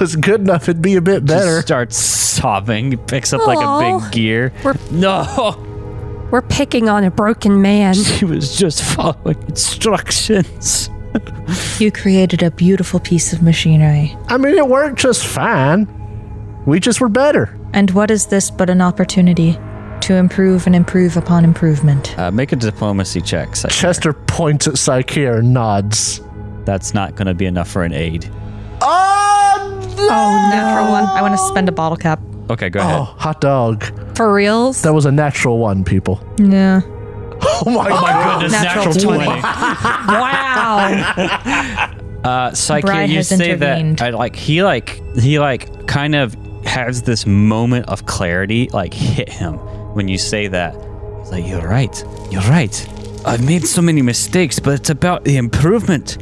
Speaker 2: was good enough, it'd be a bit better.
Speaker 4: Just starts sobbing, picks up like a
Speaker 5: Aw.
Speaker 4: big gear.
Speaker 5: We're-
Speaker 4: No!
Speaker 5: We're picking on a broken man.
Speaker 4: She was just following instructions.
Speaker 3: You created a beautiful piece of machinery.
Speaker 2: I mean, it worked just fine. We just were better.
Speaker 3: And what is this but an opportunity to improve and improve upon improvement?
Speaker 4: Uh, make a diplomacy check. Said-
Speaker 2: Chester points at Psyche and nods.
Speaker 4: That's not going to be enough for an aid.
Speaker 2: Oh, no!
Speaker 3: Natural one. I want to spend a bottle cap.
Speaker 4: Okay, go
Speaker 2: Oh,
Speaker 4: ahead.
Speaker 2: hot dog.
Speaker 5: For reals?
Speaker 2: That was a natural one, people.
Speaker 3: Yeah.
Speaker 2: Oh my god.
Speaker 4: Goodness,
Speaker 3: Natural 20.
Speaker 5: Wow.
Speaker 4: Uh, Psyche,
Speaker 3: Bri
Speaker 4: you
Speaker 3: has
Speaker 4: say that
Speaker 3: intervened.
Speaker 4: I, like he like he like kind of has this moment of clarity like hit him when you say that. He's like, "You're right. You're right. I've made so many mistakes, but it's about the improvement.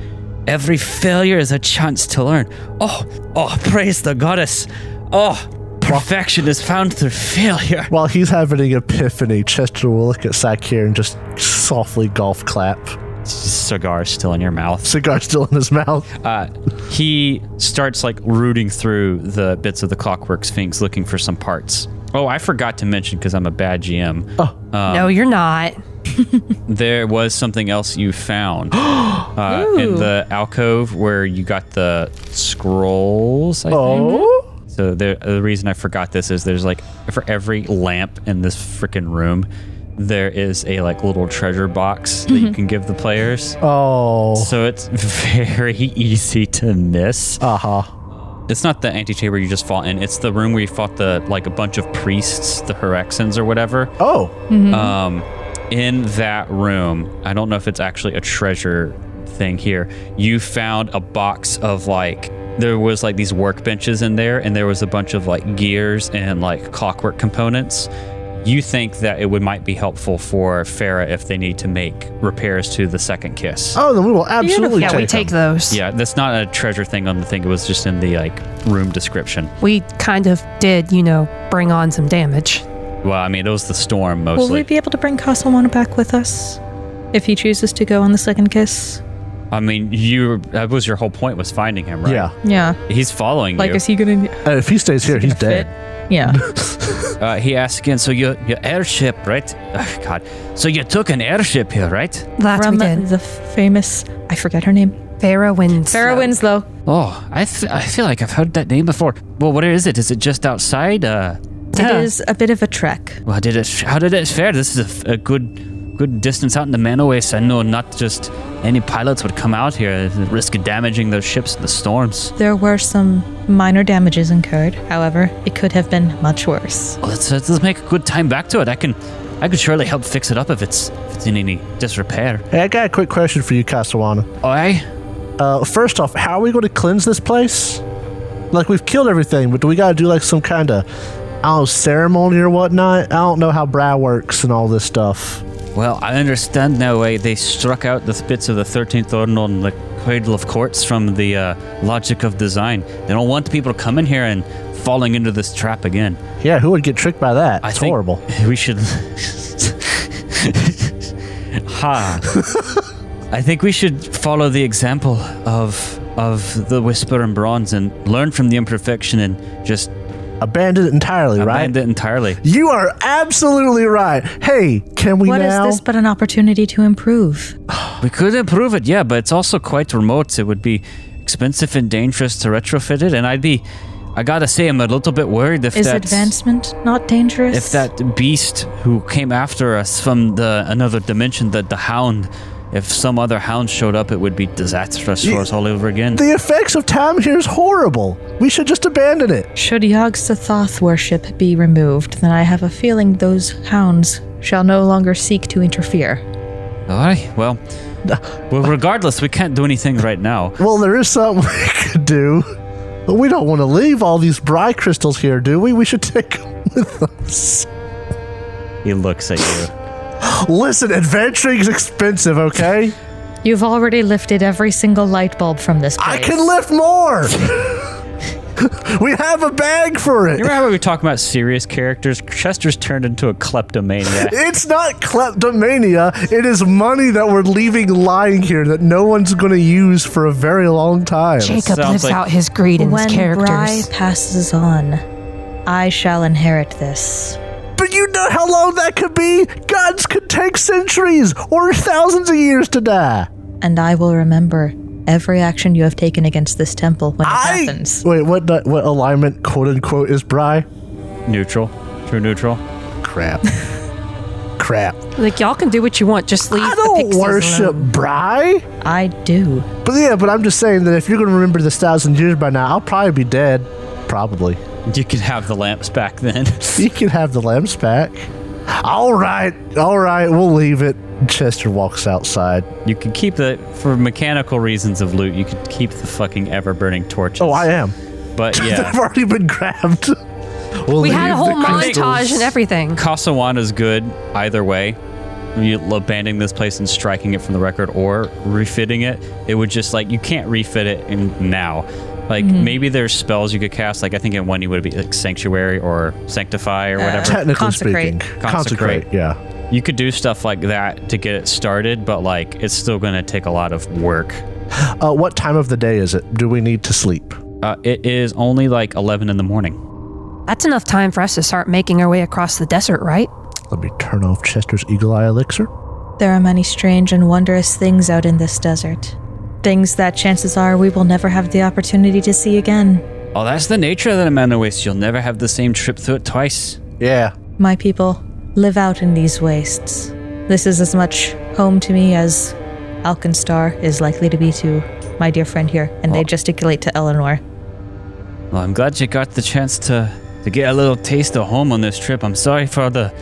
Speaker 4: Every failure is a chance to learn. Oh, oh, praise the goddess. Oh, perfection is found through failure."
Speaker 2: While he's having an epiphany, Chester will look at Sakir and just softly golf clap.
Speaker 4: Cigar still in your mouth.
Speaker 2: Cigar still in his mouth.
Speaker 4: Uh, he starts like rooting through the bits of the clockwork sphinx looking for some parts. Oh, I forgot to mention because I'm a bad GM. Um,
Speaker 5: no, you're not.
Speaker 4: There was something else you found uh, in the alcove where you got the scrolls. I think.
Speaker 2: Oh,
Speaker 4: So there, the reason I forgot this is there's like for every lamp in this freaking room, there is a like little treasure box that you can give the players.
Speaker 2: oh,
Speaker 4: So it's very easy to miss.
Speaker 2: uh huh.
Speaker 4: It's not the antechamber you just fought in. It's the room where you fought the like a bunch of priests, the Herexans or whatever.
Speaker 2: Oh,
Speaker 4: Um, in that room, I don't know if it's actually a treasure thing here. You found a box of like there was like these workbenches in there, and there was a bunch of like gears and like clockwork components. You think that it would might be helpful for Farah if they need to make repairs to the second kiss.
Speaker 2: oh, then we will absolutely
Speaker 5: Yeah,
Speaker 2: take,
Speaker 5: we take
Speaker 2: him.
Speaker 5: those.
Speaker 4: Yeah, that's not a treasure thing on the thing. It was just in the like room description.
Speaker 5: We kind of did, you know, bring on some damage.
Speaker 4: Well, I mean, it was the storm
Speaker 3: Will we
Speaker 4: mostly.
Speaker 3: be able to bring Casalmona back with us if he chooses to go on the second kiss?
Speaker 4: I mean, you that was your whole point was finding him, right?
Speaker 2: Yeah,
Speaker 3: Yeah.
Speaker 4: He's following
Speaker 3: Like,
Speaker 4: you.
Speaker 3: is he gonna
Speaker 2: and if he stays here, he's
Speaker 3: fit?
Speaker 2: dead.
Speaker 3: Yeah.
Speaker 4: uh, he asks again, so your your airship, right? Oh, God. So you took an airship here, right?
Speaker 5: That
Speaker 3: From
Speaker 5: we did.
Speaker 3: the famous, I forget her name.
Speaker 5: Farah wins.
Speaker 3: Farah Winslow.
Speaker 4: Oh, I, f- I feel like I've heard that name before. Well, where is it? Is it just outside? Uh,
Speaker 5: Yeah.
Speaker 3: It is a bit of a trek.
Speaker 4: well, did it? How did it fare? This is a, f- a good good distance out in the Manoways. I know not just any pilots would come out here and risk damaging their ships in the storms.
Speaker 3: There were some minor damages incurred. However, it could have been much worse.
Speaker 4: Well, let's, let's make a good time back to it. I can, I could surely help fix it up if it's if it's in any disrepair.
Speaker 2: Hey, I got a quick question for you, Casawana.
Speaker 4: I
Speaker 2: Uh, first off, how are we going to cleanse this place? Like we've killed everything, but do we got to do like some kind of, I don't know, ceremony or whatnot? I don't know how Bra works and all this stuff.
Speaker 4: well, I understand now why they struck out the bits of the 13th Ordinal and the Cradle of Courts from the uh, logic of design. They don't want people to come in here and falling into this trap again.
Speaker 2: Yeah, who would get tricked by that?
Speaker 4: I
Speaker 2: it's
Speaker 4: think
Speaker 2: horrible.
Speaker 4: We should. ha. I think we should follow the example of of the Whisper and Bronze and learn from the imperfection and just
Speaker 2: Abandoned entirely, right?
Speaker 4: abandon it entirely.
Speaker 2: You are absolutely right. Hey, can we
Speaker 3: What is
Speaker 2: now?
Speaker 3: this but an opportunity to improve?
Speaker 4: We could improve it, yeah, but it's also quite remote. It would be expensive and dangerous to retrofit it, and I'd be. I gotta say, I'm a little bit worried if
Speaker 3: Is
Speaker 4: that's
Speaker 3: advancement not dangerous?
Speaker 4: if that beast who came after us from the another dimension, that the Hound, if some other Hound showed up, it would be disastrous for us all over again.
Speaker 2: the effects of time here is horrible. We should just abandon it.
Speaker 3: Should Yog Sothoth worship be removed, then I have a feeling those hounds shall no longer seek to interfere.
Speaker 4: all right, well, well, regardless, we can't do anything right now.
Speaker 2: Well, there is something we could do. But we don't want to leave all these bri crystals here, do we? We should take them with us.
Speaker 4: He looks at you.
Speaker 2: Listen, adventuring is expensive, okay?
Speaker 3: You've already lifted every single light bulb from this
Speaker 2: I
Speaker 3: place.
Speaker 2: can lift more. we have a bag for it.
Speaker 4: You remember how we were talking about serious characters? Chester's turned into a kleptomaniac.
Speaker 2: It's not kleptomania. It is money that we're leaving lying here that no one's going to use for a very long time.
Speaker 5: Jacob
Speaker 4: sounds
Speaker 5: lives
Speaker 4: like-
Speaker 5: out his greed in his
Speaker 3: When Bry
Speaker 5: characters.
Speaker 3: passes on, I shall inherit this.
Speaker 2: But you know how long that could be? Gods could take centuries or thousands of years to die.
Speaker 3: and I will remember every action you have taken against this temple when it
Speaker 2: I-
Speaker 3: happens.
Speaker 2: Wait, what? di- What alignment, quote unquote, is Bry?
Speaker 4: neutral, true neutral.
Speaker 2: Crap. Crap.
Speaker 5: Like y'all can do what you want, just leave.
Speaker 2: I
Speaker 5: the
Speaker 2: don't
Speaker 5: pixies
Speaker 2: worship
Speaker 5: alone.
Speaker 2: Bry.
Speaker 3: I do.
Speaker 2: But yeah, but I'm just saying that if you're going to remember this thousand years by now, I'll probably be dead. Probably.
Speaker 4: You could have the lamps back then.
Speaker 2: You can have the lambs back. All right, all right, we'll leave it. Chester walks outside.
Speaker 4: You can keep the for mechanical reasons of loot. You could keep the fucking ever burning torches.
Speaker 2: Oh, I am.
Speaker 4: But
Speaker 2: They've
Speaker 4: yeah,
Speaker 2: already been grabbed. We'll
Speaker 5: We had
Speaker 2: leave
Speaker 5: a whole
Speaker 2: the
Speaker 5: montage
Speaker 2: crystals.
Speaker 5: and everything.
Speaker 4: Casawana's good either way. You abandoning this place and striking it from the record, or refitting it. It would just like you can't refit it in now. Like maybe there's spells you could cast. Like I think in one you would be like sanctuary or sanctify or whatever.
Speaker 2: Technically
Speaker 3: Consecrate.
Speaker 2: speaking,
Speaker 4: Consecrate.
Speaker 2: consecrate. Yeah,
Speaker 4: you could do stuff like that to get it started, but like it's still going to take a lot of work.
Speaker 2: uh, what time of the day is it? Do we need to sleep?
Speaker 4: Uh, it is only like 11 in the morning.
Speaker 5: That's enough time for us to start making our way across the desert, right?
Speaker 2: Let me turn off Chester's Eagle Eye Elixir.
Speaker 3: There are many strange and wondrous things out in this desert. Things that chances are we will never have the opportunity to see again.
Speaker 4: Oh, that's the nature of the Manois. You'll never have the same trip through it twice.
Speaker 2: Yeah,
Speaker 3: My people live out in these wastes. This is as much home to me as Alkenstar is likely to be to my dear friend here, and they gesticulate to Eleanor.
Speaker 4: Well, I'm glad you got the chance to, to get a little taste of home on this trip. I'm sorry for the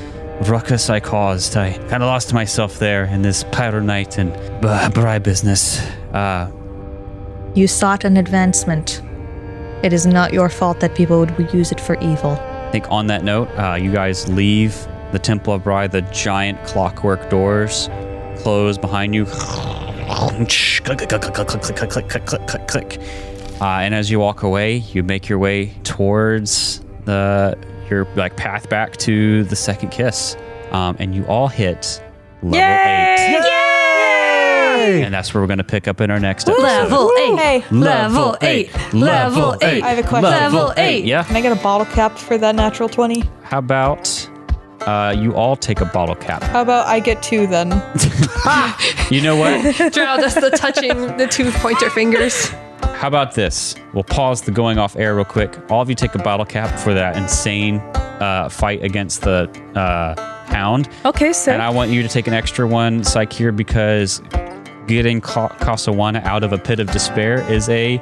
Speaker 4: ruckus I caused. I kind of lost myself there in this pyronite and b- bribe business. Uh,
Speaker 3: You sought an advancement. It is not your fault that people would use it for evil.
Speaker 4: I think on that note, uh, you guys leave the Temple of Bri, the giant clockwork doors close behind you. Click, click, click, click, click, click, click, click, click, click, click. Uh, and as you walk away, you make your way towards the your like path back to the second kiss, um, and you all hit level eight, and that's where we're gonna pick up in our next episode.
Speaker 5: Level eight.
Speaker 6: Hey.
Speaker 5: Level eight. Level eight.
Speaker 6: I have a question.
Speaker 5: Level eight.
Speaker 4: Yeah.
Speaker 6: Can I get a bottle cap for that natural 20?
Speaker 4: How about uh, you all take a bottle cap?
Speaker 6: How about I get two then?
Speaker 4: You know what?
Speaker 5: Drow does the touching the two pointer fingers.
Speaker 4: How about this? We'll pause the going off air real quick. All of you take a bottle cap for that insane uh, fight against the uh, hound.
Speaker 5: Okay, so
Speaker 4: And I want you to take an extra one, Psycheer, because getting Ca- Casawana out of a pit of despair is a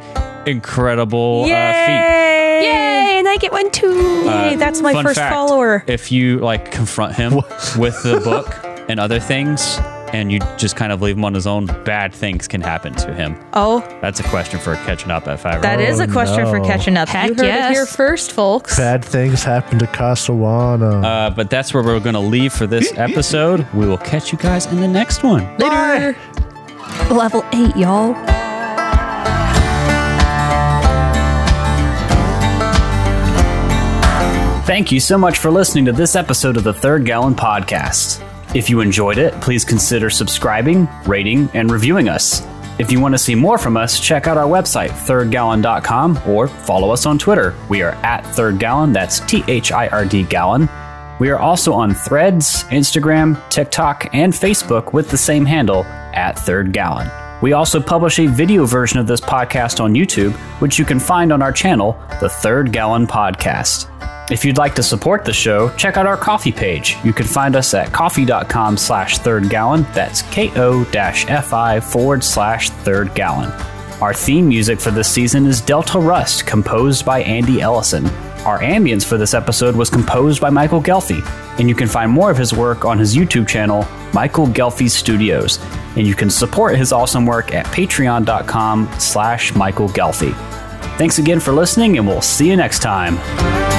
Speaker 4: incredible uh, feat.
Speaker 5: yay, and I get one too.
Speaker 4: Uh,
Speaker 6: that's my
Speaker 4: fun
Speaker 6: first
Speaker 4: fact,
Speaker 6: follower.
Speaker 4: If you like confront him with the book and other things, and you just kind of leave him on his own, bad things can happen to him.
Speaker 6: Oh,
Speaker 4: That's a question for catching up at five.
Speaker 3: That is a question for
Speaker 2: Oh, no.
Speaker 3: catching up.
Speaker 5: Heck
Speaker 3: you heard
Speaker 5: yes.
Speaker 3: it here first, folks.
Speaker 2: bad things happen to Casawana.
Speaker 4: Uh, but that's where we're going to leave for this episode. We will catch you guys in the next one.
Speaker 5: Level eight, y'all.
Speaker 2: Bye.
Speaker 4: Thank you so much for listening to this episode of the Third Gallon Podcast. If you enjoyed it, please consider subscribing, rating, and reviewing us. If you want to see more from us, check out our website, thirdgallon.com, or follow us on Twitter. We are at Third Gallon, that's T H I R D Gallon. We are also on Threads, Instagram, TikTok, and Facebook with the same handle, at Third Gallon. We also publish a video version of this podcast on YouTube, which you can find on our channel, The Third Gallon Podcast. If you'd like to support the show, check out our coffee page. You can find us at coffee.com slash third gallon. That's ko-fi forward slash third gallon. Our theme music for this season is Delta Rust, composed by Andy Ellison. Our ambience for this episode was composed by Michael Gelfie, and you can find more of his work on his YouTube channel, Michael Gelfie Studios, and you can support his awesome work at patreon.com slash Michael Gelfie. Thanks again for listening, and we'll see you next time.